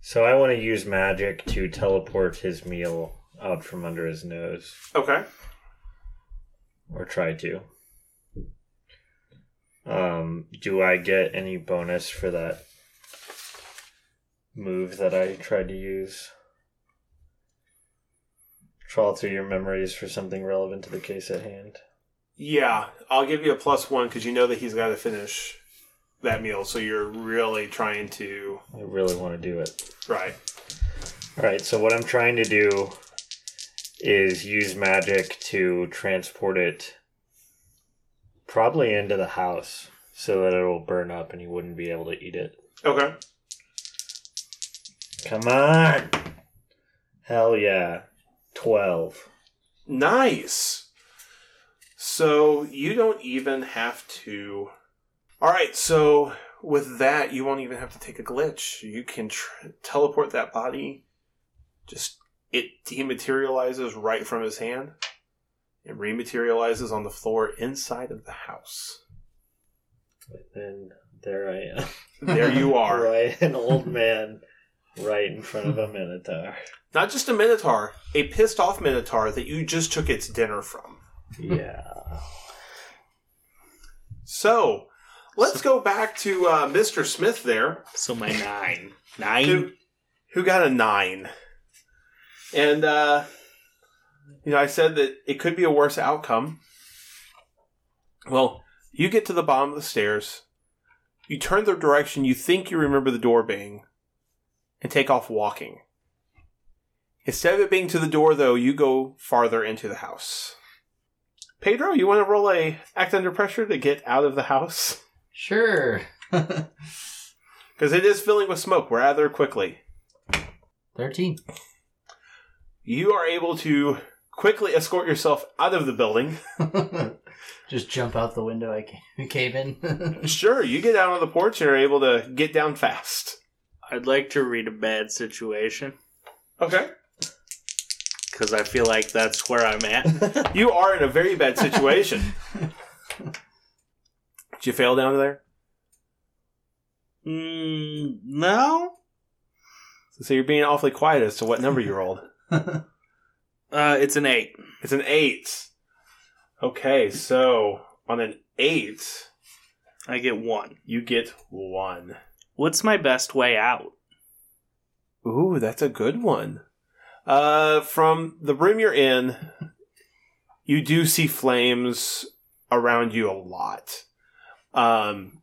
S7: So I want to use magic to teleport his meal out from under his nose,
S1: okay
S7: or try to. Um, do I get any bonus for that move that I tried to use? Trawl through your memories for something relevant to the case at hand.
S1: yeah i'll give you a plus one because you know that he's got to finish that meal so you're really trying to
S7: I really want to do it.
S1: right
S7: All right, so what I'm trying to do is use magic to transport it probably into the house so that it will burn up and you wouldn't be able to eat it.
S1: okay
S7: Come on. Hell yeah. 12.
S1: Nice. So you don't even have to. All right. So with that, you won't even have to take a glitch. You can tr- teleport that body. Just it dematerializes right from his hand. It rematerializes on the floor inside of the house.
S7: And there I am.
S1: There you are.
S7: Right, an old man right in
S6: (laughs)
S7: front of a minotaur.
S1: Not just a minotaur, a pissed off minotaur that you just took its dinner from.
S7: Yeah.
S1: So let's go back to uh, Mr. Smith there,
S6: So my
S7: (laughs)
S6: nine.
S1: who,
S6: Nine?
S1: who got a nine. And, uh, you know, I said that it could be a worse outcome. Well, you get to the bottom of the stairs, you turn the direction you think you remember the door being, and take off walking. Instead of it being to the door, though, you go farther into the house. Pedro, you want to roll a act under pressure to get out of the house
S2: Sure.
S1: because it is filling with smoke rather quickly.
S2: 13.
S1: You are able to quickly escort yourself out of the building. (laughs)
S2: (laughs) Just jump out the window I ca- (laughs) came in. (laughs)
S1: Sure, you get out on the porch and are able to get down fast.
S6: I'd like to read a bad situation
S1: Okay.
S6: because I feel like that's where I'm at. (laughs)
S1: You are in a very bad situation. Did you fail down there?
S6: mm, no?
S1: So you're being awfully quiet as to what number you
S6: (laughs)
S1: rolled.
S6: Uh, it's an eight.
S1: It's an eight. Okay, so on an eight,
S6: I get one.
S1: you get one.
S6: What's my best way out?
S1: Ooh, that's a good one. Uh, from the room you're in, you do see flames around you a lot. Um,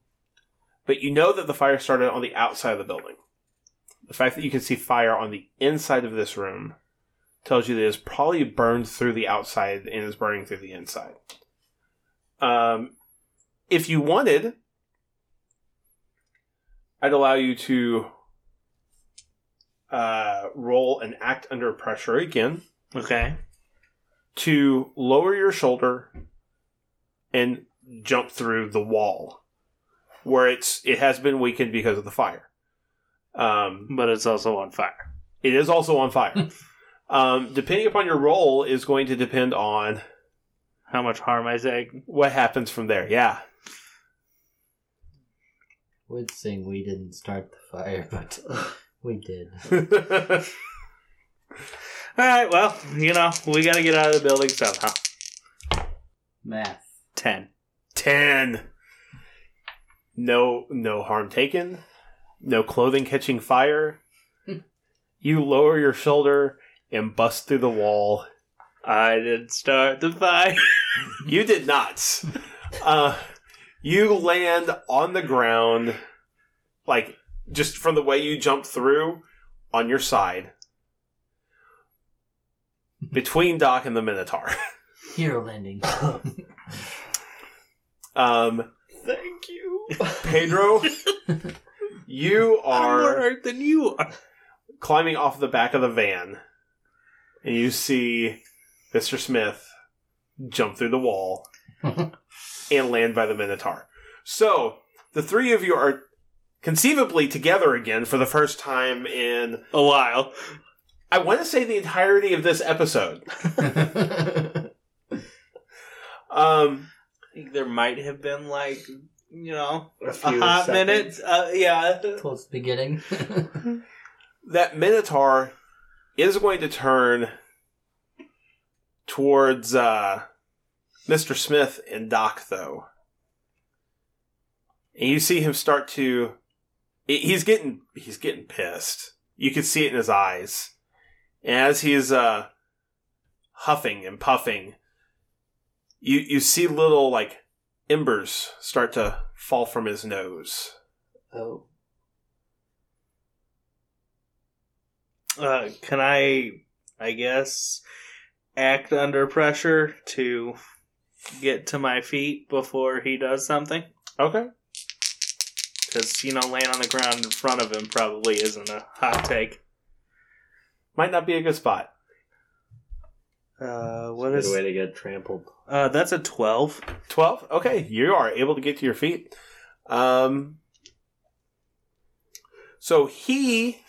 S1: but you know that the fire started on the outside of the building. The fact that you can see fire on the inside of this room tells you that it's probably burned through the outside and is burning through the inside. Um, if you wanted, I'd allow you to uh, roll and act under pressure again
S6: Okay.
S1: to lower your shoulder and jump through the wall where it's it has been weakened because of the fire. Um,
S6: But it's also on fire.
S1: it is also on fire. (laughs) um, depending upon your roll is going to depend on
S6: How much harm I taking?
S1: what happens from there. Yeah. (laughs)
S2: Would sing we didn't start the fire, (laughs) but we did.
S6: All right, well, you know, we got to get out of the building somehow.
S2: Math.
S6: Ten.
S1: Ten. No, no harm taken. No clothing catching
S6: (laughs)
S1: fire. you lower your shoulder and bust through the wall.
S6: I didn't start the fire. (laughs)
S1: You did not. Uh, you land on the ground, like just from the way you jumped through on your side, between Doc and the Minotaur.
S2: Hero (laughs) landing.
S1: Um,
S6: Thank you. (laughs)
S1: Pedro, you
S6: I'm more
S1: are.
S6: hurt than you are.
S1: climbing off the back of the van, and you see Mr. Smith jump through the wall and land by the Minotaur. So the three of you are conceivably together again for the first time in,
S6: A while.
S1: I want to say, the entirety of this episode. Um,
S6: I think there might have been like you know
S7: A,
S6: a
S7: few
S6: hot
S7: seconds.
S6: minute. Uh, yeah.
S2: Towards the (laughs) beginning.
S1: that Minotaur is going to turn towards uh, Mr. Smith and Doc, though. And you see him start to. he- He's getting he's getting pissed. You can see it in his eyes, and as he's uh, huffing and puffing, you you see little like embers start to fall from his nose.
S2: oh.
S6: Uh, can I? I guess act under pressure to get to my feet before he does something.
S1: Okay.
S6: Because you know, laying on the ground in front of him probably isn't a hot take.
S1: Might not be a good spot.
S6: Uh, what
S7: Good
S6: is?
S7: way to get trampled.
S6: (laughs) Uh, that's a twelve.
S1: 12 okay you are able to get to your feet um so he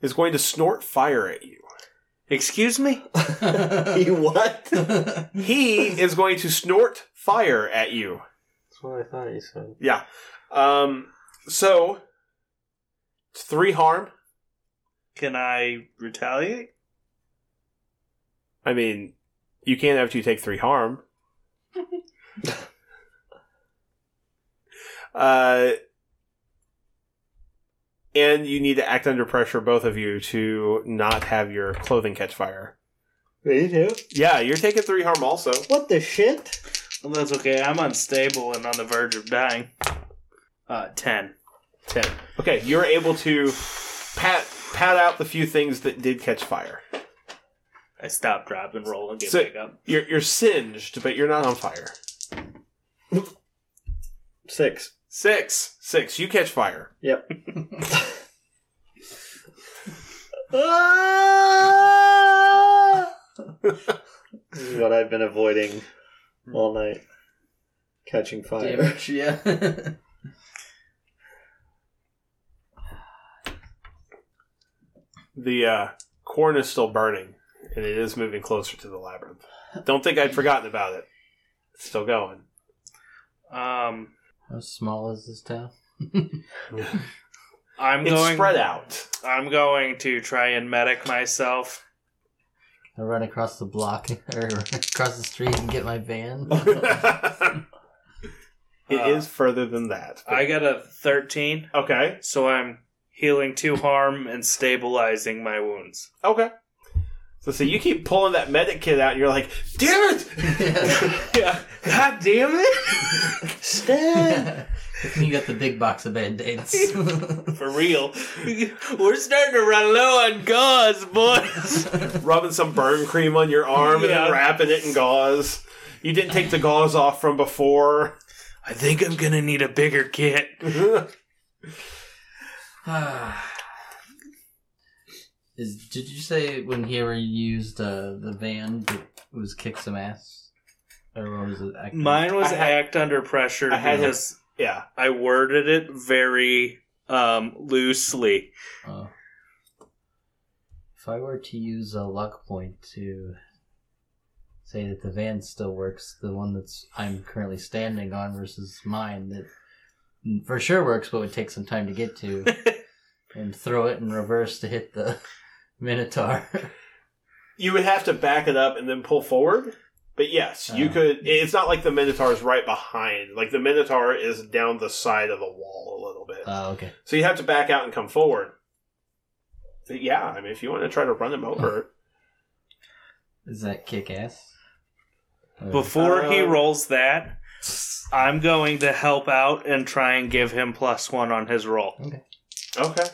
S1: is going to snort fire at you
S6: Excuse me.
S2: That's
S7: what?
S1: he is going to snort fire at you
S7: That's what I thought he said.
S1: yeah um so it's three harm
S6: Can I retaliate?
S1: (laughs) i mean you can't have to take three harm Uh, and you need to act under pressure, both of you, to not have your clothing catch fire.
S5: Me too.
S1: Yeah, you're taking three harm also.
S5: What the shit?
S6: Well, that's okay. I'm unstable and on the verge of dying. Uh, ten.
S1: 10. Okay, you're able to pat pat out the few things that did catch fire.
S6: I stop, drop, and roll and get
S1: So-
S6: back up.
S1: You're, you're singed, but you're not on fire.
S7: Six.
S1: Six. Six. You catch fire.
S7: Yep. This is what I've been avoiding all night. Catching fire. (laughs)
S2: Damage, (laughs) yeah.
S1: The uh, corn is still burning, and it is moving closer to the labyrinth. Don't think I'd forgotten about it. It's still going.
S6: Um,
S2: How small is this town?
S6: I'm
S1: It's
S6: going.
S1: spread out. (laughs)
S6: I'm going to try and medic myself.
S2: I run across the block (laughs) or across the street and get my van.
S1: It is
S6: Uh,
S1: further than that. but-
S6: I got a thirteen,
S1: okay.
S6: so I'm healing two harm and stabilizing my wounds.
S1: Okay. So, so you keep pulling that medic kit out, and you're like, damn it!
S6: (laughs)
S1: yeah. God damn it!
S2: (laughs)
S6: (laughs)
S2: you got the big box of (laughs) band-aids.
S6: For real, we're starting to run low on gauze, boys.
S1: (laughs) Rubbing some burn cream on your arm and
S6: Yeah.
S1: then wrapping it in gauze. You didn't take the gauze off from before. (laughs)
S6: I think I'm gonna need a bigger kit.
S2: (sighs) Is did you say when he ever used uh, the van that was kick some ass? Or what was it? I can-
S6: Mine was
S1: I had-
S6: act under pressure
S1: I had him-
S6: because
S1: yeah.
S6: I worded it very um, loosely.
S2: Oh. if I were to use a luck point to say that the van still works, the one that's I'm currently standing on versus mine that for sure works, but would take some time to get to, and throw it in reverse to hit the (laughs) Minotaur. (laughs)
S1: You would have to back it up and then pull forward. But yes, you
S2: Uh.
S1: could. It's not like the Minotaur is right behind. Like the Minotaur is down the side of the wall a little bit.
S2: oh, okay.
S1: So you have to back out and come forward. But yeah, I mean, if you want to try to run him over,
S2: Is that kick ass? Or-
S6: Before he
S1: Uh,
S6: rolls that, I'm going to help out and try and give him plus one on his roll.
S1: okay.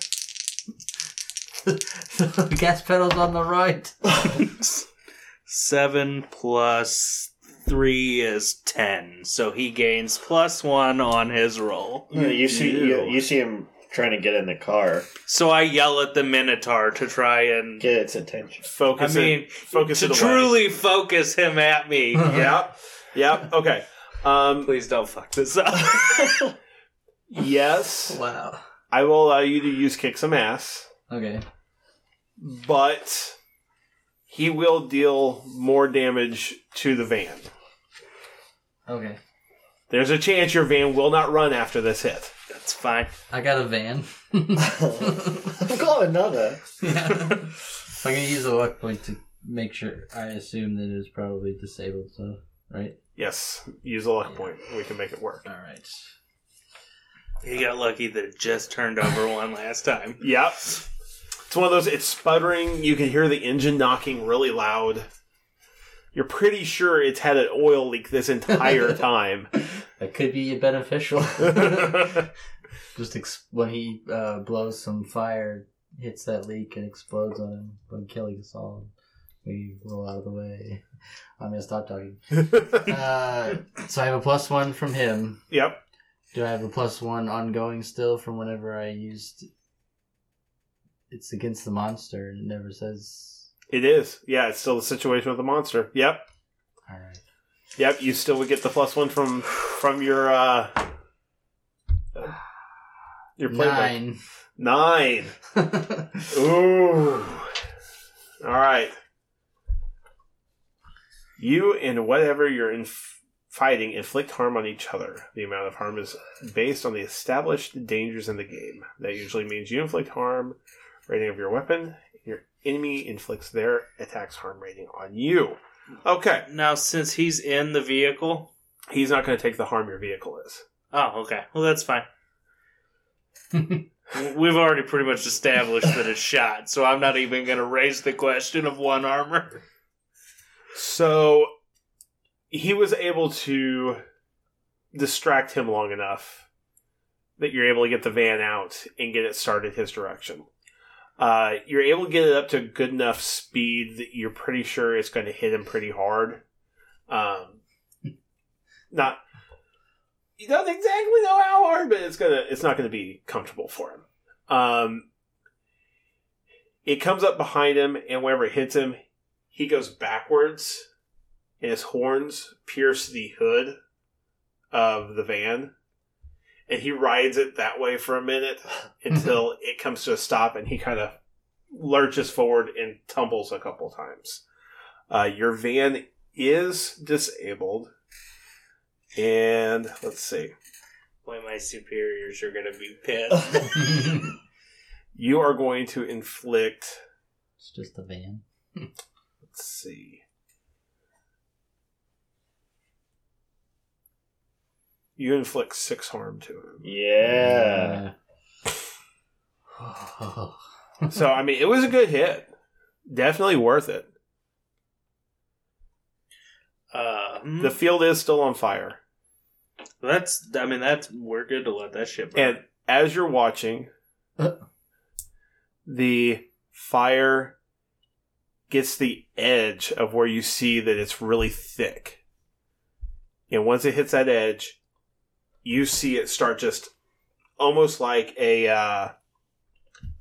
S2: (laughs) gas pedal's on the right.
S6: Seven plus three is ten, so he gains plus one on his roll.
S7: You, you see you, you see him trying to get in the car.
S6: So I yell at the Minotaur to try and.
S7: Get its attention. (laughs)
S6: I
S1: Focus.
S6: mean,
S1: it, focus
S6: to
S1: it away.
S6: truly focus him
S1: (laughs)
S6: at me.
S1: Yep. Yep. Okay. Um,
S6: Please don't fuck this up. (laughs)
S1: yes,
S2: Wow.
S1: I will allow you to use kick some ass,
S2: Okay.
S1: but he will deal more damage to the van.
S2: Okay.
S1: There's a chance your van will not run after this hit.
S6: That's fine.
S2: I got a van. (laughs)
S7: I've got another.
S2: yeah. I'm gonna use the luck point to make sure. I assume that it was probably disabled, so right.
S1: Yes, use a luck point. We can make it work.
S2: All right.
S6: He got lucky that it just turned over one last time.
S1: Yep. It's one of those. It's sputtering. You can hear the engine knocking really loud. You're pretty sure it's had an oil leak this entire time. (laughs)
S2: That could be beneficial. (laughs) Just ex- when he uh, blows some fire, hits that leak and explodes on him, when killing us all. We roll out of the way. (laughs) I'm gonna stop (laughs) talking. uh, so I have a plus one from him.
S1: yep.
S2: Do I have a plus one ongoing still from whenever I used? It's against the monster, and it never says.
S1: It is. Yeah, it's still the situation with the monster. Yep.
S2: All right.
S1: Yep, you still would get the plus one from from your uh your playbook. (laughs)
S2: Nine.
S1: Nine. Ooh. All right. You and whatever you're in fighting inflict harm on each other. The amount of harm is based on the established dangers in the game. That usually means you inflict harm rating of your weapon. Your enemy inflicts their attack's harm rating on you. Okay.
S6: Now, since he's in the vehicle,
S1: He's not going to take the harm your vehicle is.
S6: Oh, okay. Well, that's fine. We've already pretty much established that it's shot, so I'm not even going to raise the question of one armor.
S1: So he was able to distract him long enough that you're able to get the van out and get it started his direction. Uh, you're able to get it up to a good enough speed that you're pretty sure it's going to hit him pretty hard. Um, not you don't exactly know how hard, but it's gonna it's not going to be comfortable for him. Um, it comes up behind him, and whenever it hits him, he goes backwards and his horns pierce the hood of the van and he rides it that way for a minute until it comes to a stop and he kind of lurches forward and tumbles a couple times uh, your van is disabled and let's see
S6: Boy, my superiors are going to be pissed.
S1: you are going to inflict
S2: It's just a van.
S1: let's see you inflict six harm to him
S7: Yeah.
S2: Uh,
S1: So I mean, it was a good hit. Definitely worth it.
S6: uh,
S1: The field is still on fire,
S6: that's, I mean, that's, we're good to let that shit burn.
S1: and as you're watching, the fire gets the edge of where you see that it's really thick, and once it hits that edge, you see it start just almost like a uh,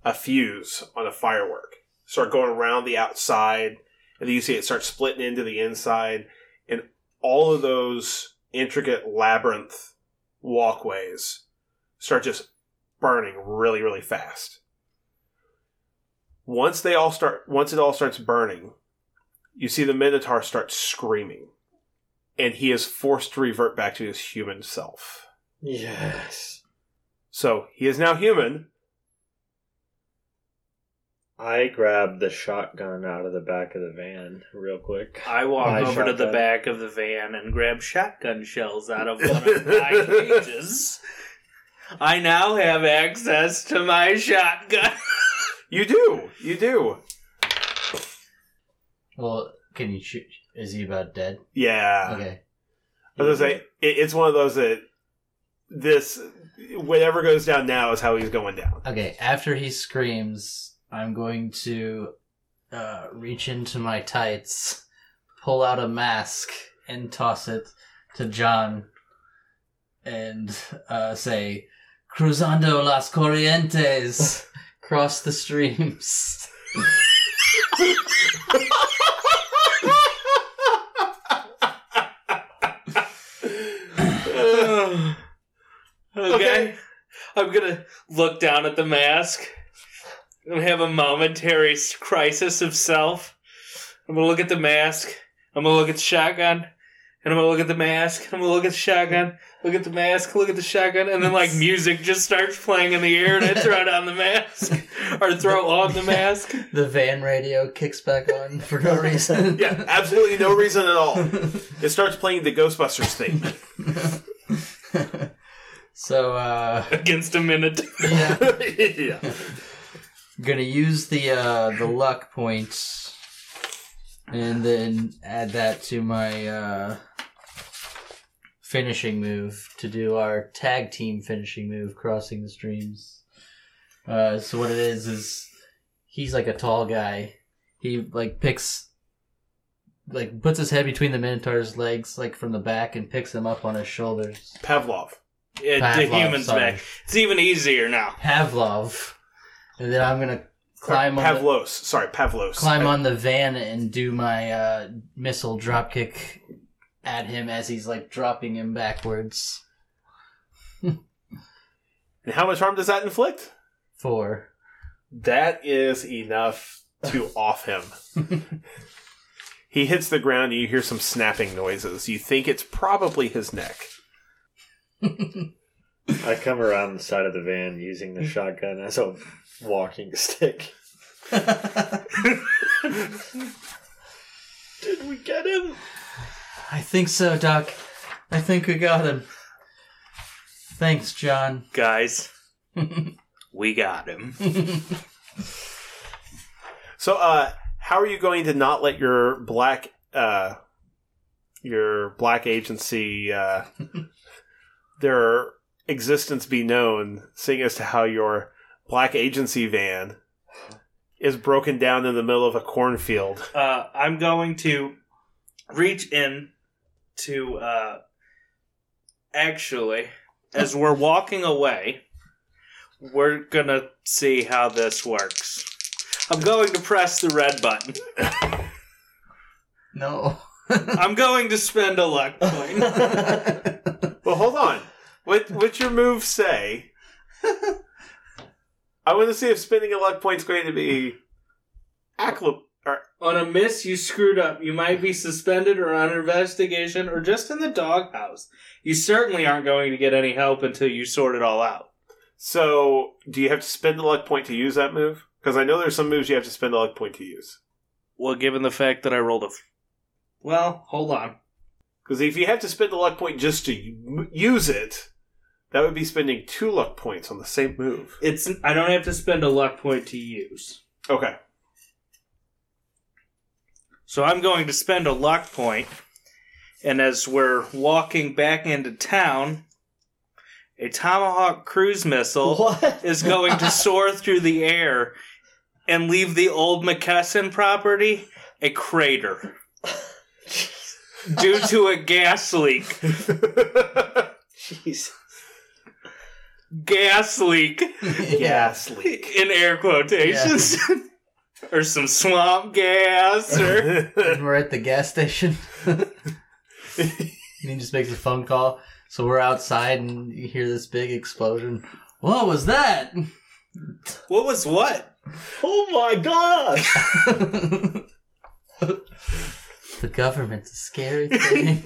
S1: a fuse on a firework. Start going around the outside, and then you see it start splitting into the inside, and all of those intricate labyrinth walkways start just burning really, really fast. Once they all start, once it all starts burning, you see the Minotaur start screaming, and he is forced to revert back to his human self.
S7: Yes.
S1: So he is now human.
S7: I grabbed the shotgun out of the back of the van real quick.
S6: I walk
S7: My
S6: over to the
S7: shotgun.
S6: back of the van and grab shotgun shells out of one of my cages. I now have access to my shotgun.
S1: You do, you do.
S2: (sighs) well, can you shoot? Is he about dead?
S1: Yeah.
S2: Okay.
S1: I was gonna say it, it's one of those that this whatever goes down now is how he's going down.
S2: Okay, after he screams, I'm going to uh, reach into my tights, pull out a mask, and toss it to John and uh, say, Cruzando las corrientes! (laughs) Cross the streams. (laughs)
S6: okay. I'm gonna look down at the mask and have a momentary s- crisis of self. I'm gonna look at the mask. I'm gonna look at the shotgun. And I'm gonna look at the mask. I'm gonna look at the shotgun. Look at the mask. Look at the shotgun. And then like music just starts playing in the air, and I throw down the mask (laughs) or throw on the mask.
S2: The van radio kicks back on for no reason.
S1: (laughs) Yeah, absolutely no reason at all. It starts playing the Ghostbusters theme.
S2: so, uh,
S6: against a minotaur.
S2: yeah.
S1: (laughs) yeah.
S2: gonna use the uh the luck points and then add that to my uh finishing move to do our tag team finishing move crossing the streams uh so what it is is he's like a tall guy he like picks like puts his head between the minotaur's legs like from the back and picks him up on his shoulders
S1: Pavlov.
S6: Yeah, the
S2: Pavlov,
S6: humans
S2: sorry.
S6: back. It's even easier now.
S2: pavlov and then i'm gonna climb on the-
S1: Pavlos. Sorry, Pavlos.
S2: climb on the van and do my uh, missile dropkick at him as he's like dropping him backwards.
S1: And how much harm does that inflict?
S2: Four.
S1: That is enough
S2: (laughs)
S1: to off him. he hits the ground and you hear some snapping noises. You think it's probably his neck.
S7: I come around the side of the van using the shotgun as a walking (laughs) stick. Did we get him?
S2: I think so, Doc. I think we got him. Thanks, John.
S6: Guys, we got him.
S1: So, uh, how are you going to not let your black, uh, your black agency,
S2: (laughs)
S1: uh, their existence be known, seeing as to how your black agency van is broken down in the middle of a cornfield?
S6: Uh, I'm going to reach in to uh, actually, (laughs) as we're walking away, we're gonna see how this works. I'm going to press the red button. (laughs)
S2: (laughs)
S7: (laughs)
S2: No.
S6: I'm going to spend a luck (laughs) point.
S1: Well, hold on. What what's your move say? I want to see if spending a luck point's going to be aclip or
S6: on a miss, you screwed up. You might be suspended or on investigation or just in the doghouse. You certainly aren't going to get any help until you sort it all out.
S1: So, do you have to spend a luck point to use that move? Because I know there's some moves you have to spend a luck point to use.
S6: Well, given the fact that I rolled a. F- well, hold on.
S1: Because if you have to spend a luck point just to u- use it, that would be spending two luck points on the same move.
S6: It's I don't have to spend a luck point to use.
S1: Okay. (laughs)
S6: So I'm going to spend a luck point, and as we're walking back into town, a Tomahawk cruise missile
S2: What?
S6: is going to soar through the air and leave the old McKesson property a crater due to a gas leak.
S7: Jeez.
S6: Gas leak
S1: Gas leak.
S6: in air quotations. (laughs) or some swamp gas or
S2: We're at the gas station. and he just makes a phone call. So we're outside and you hear this big explosion. What was that? (laughs)
S6: what was what?
S7: (laughs) Oh my god!
S2: The government's a scary thing.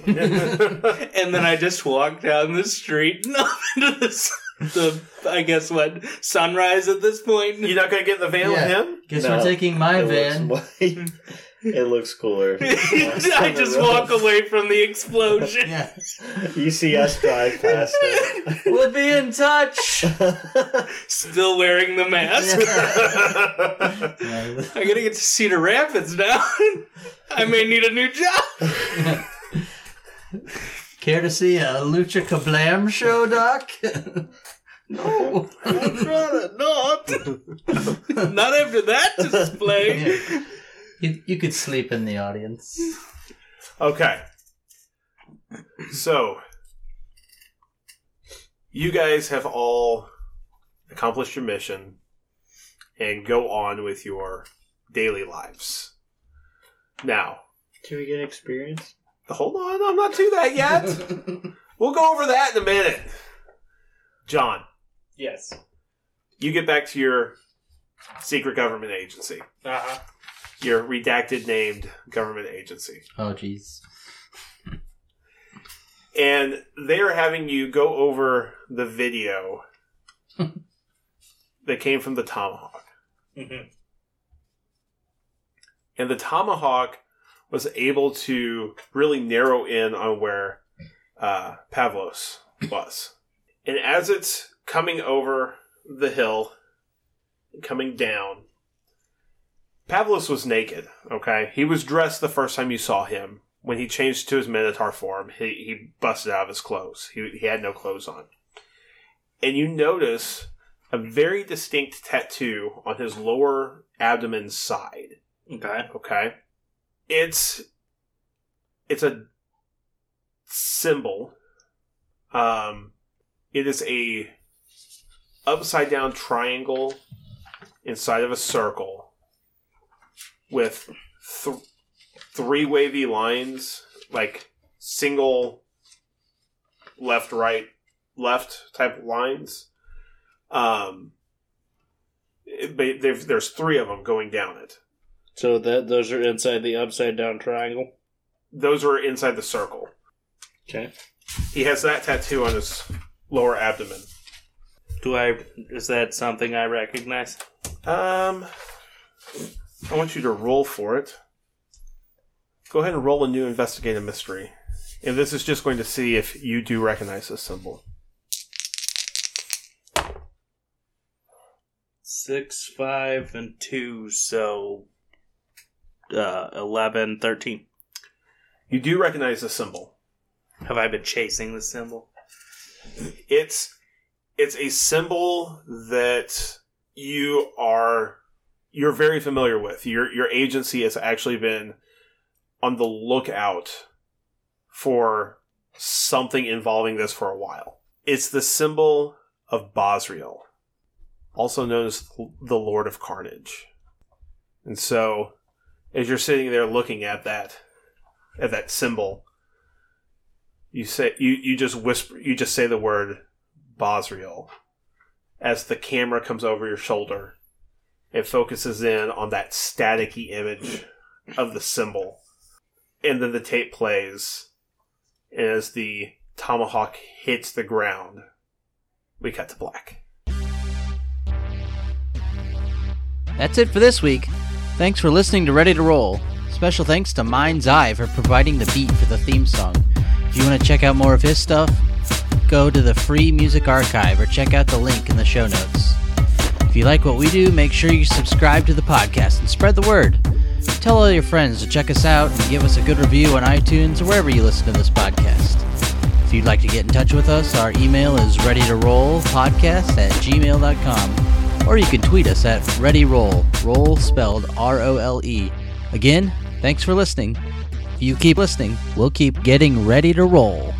S6: And then I just walked down the street and (laughs) up into the, s- the I guess what sunrise at this point.
S1: You're not going to get in the van
S2: Yeah.
S1: with him?
S2: Guess
S7: No,
S2: we're taking my
S7: it
S2: van.
S7: Looks way, it
S6: (laughs)
S7: looks cooler.
S6: (laughs) I just walk away from the explosion.
S2: Yeah.
S7: You see us drive past
S6: (laughs)
S7: it.
S2: We'll be in
S7: (laughs)
S2: touch.
S6: Still wearing the mask.
S1: (laughs)
S2: Yeah.
S6: I gotta get to Cedar Rapids now. (laughs) I may need a new job.
S2: (laughs) Care to see a Lucha Kablam show, Doc? no.
S6: Rather not. not after that display.
S2: (laughs) Yeah. You, you could sleep in the audience.
S1: Okay. So, you guys have all accomplished your mission and go on with your daily lives. Now,
S7: Can we get experience?
S1: hold on, I'm not to that yet. we'll go over that in a minute. John,
S6: Yes.
S1: you get back to your secret government agency,
S6: Uh-huh.
S1: your redacted named government agency.
S2: Oh, jeez.
S1: and they're having you go over the video that came from the tomahawk
S6: Mhm.
S1: and the tomahawk was able to really narrow in on where uh, pavlos was and as it's coming over the hill coming down pavlos was naked okay he was dressed the first time you saw him when he changed to his Minotaur form, he, he busted out of his clothes. He, he had no clothes on. And you notice a very distinct tattoo on his lower abdomen side.
S6: Okay.
S1: Okay. It's it's a symbol. Um it is a upside down triangle inside of a circle with th- three wavy lines like single left right left type lines um it- but there's there's three of them going down it
S6: So that those are inside the upside down triangle.
S1: those are inside the circle.
S6: Okay.
S1: He has that tattoo on his lower abdomen.
S6: Do I is that something I recognize?
S1: Um, I want you to roll for it. Go ahead and roll a new investigative mystery, and this is just going to see if you do recognize this symbol.
S6: six, five, and two, so uh, 11, 13.
S1: You do recognize the symbol.
S6: Have I been chasing the symbol?
S1: It's it's a symbol that you are you're very familiar with. Your your agency has actually been on the lookout for something involving this for a while. It's the symbol of Bosriel, also known as the Lord of Carnage. And so as you're sitting there looking at that at that symbol, you say you, you just whisper you just say the word Bosriel as the camera comes over your shoulder it focuses in on that staticky image of the symbol and then the tape plays and as the tomahawk hits the ground we cut to black
S4: That's it for this week. Thanks for listening to Ready to Roll. Special thanks to Mind's Eye for providing the beat for the theme song. If you want to check out more of his stuff, go to the Free Music Archive or check out the link in the show notes. If you like what we do, make sure you subscribe to the podcast and spread the word. Tell all your friends to check us out and give us a good review on iTunes or wherever you listen to this podcast. If you'd like to get in touch with us, our email is ready to roll podcast at gmail.com. Or you can tweet us at ready roll, roll spelled R O L E. Again, thanks for listening. If you keep listening, we'll keep getting ready to roll.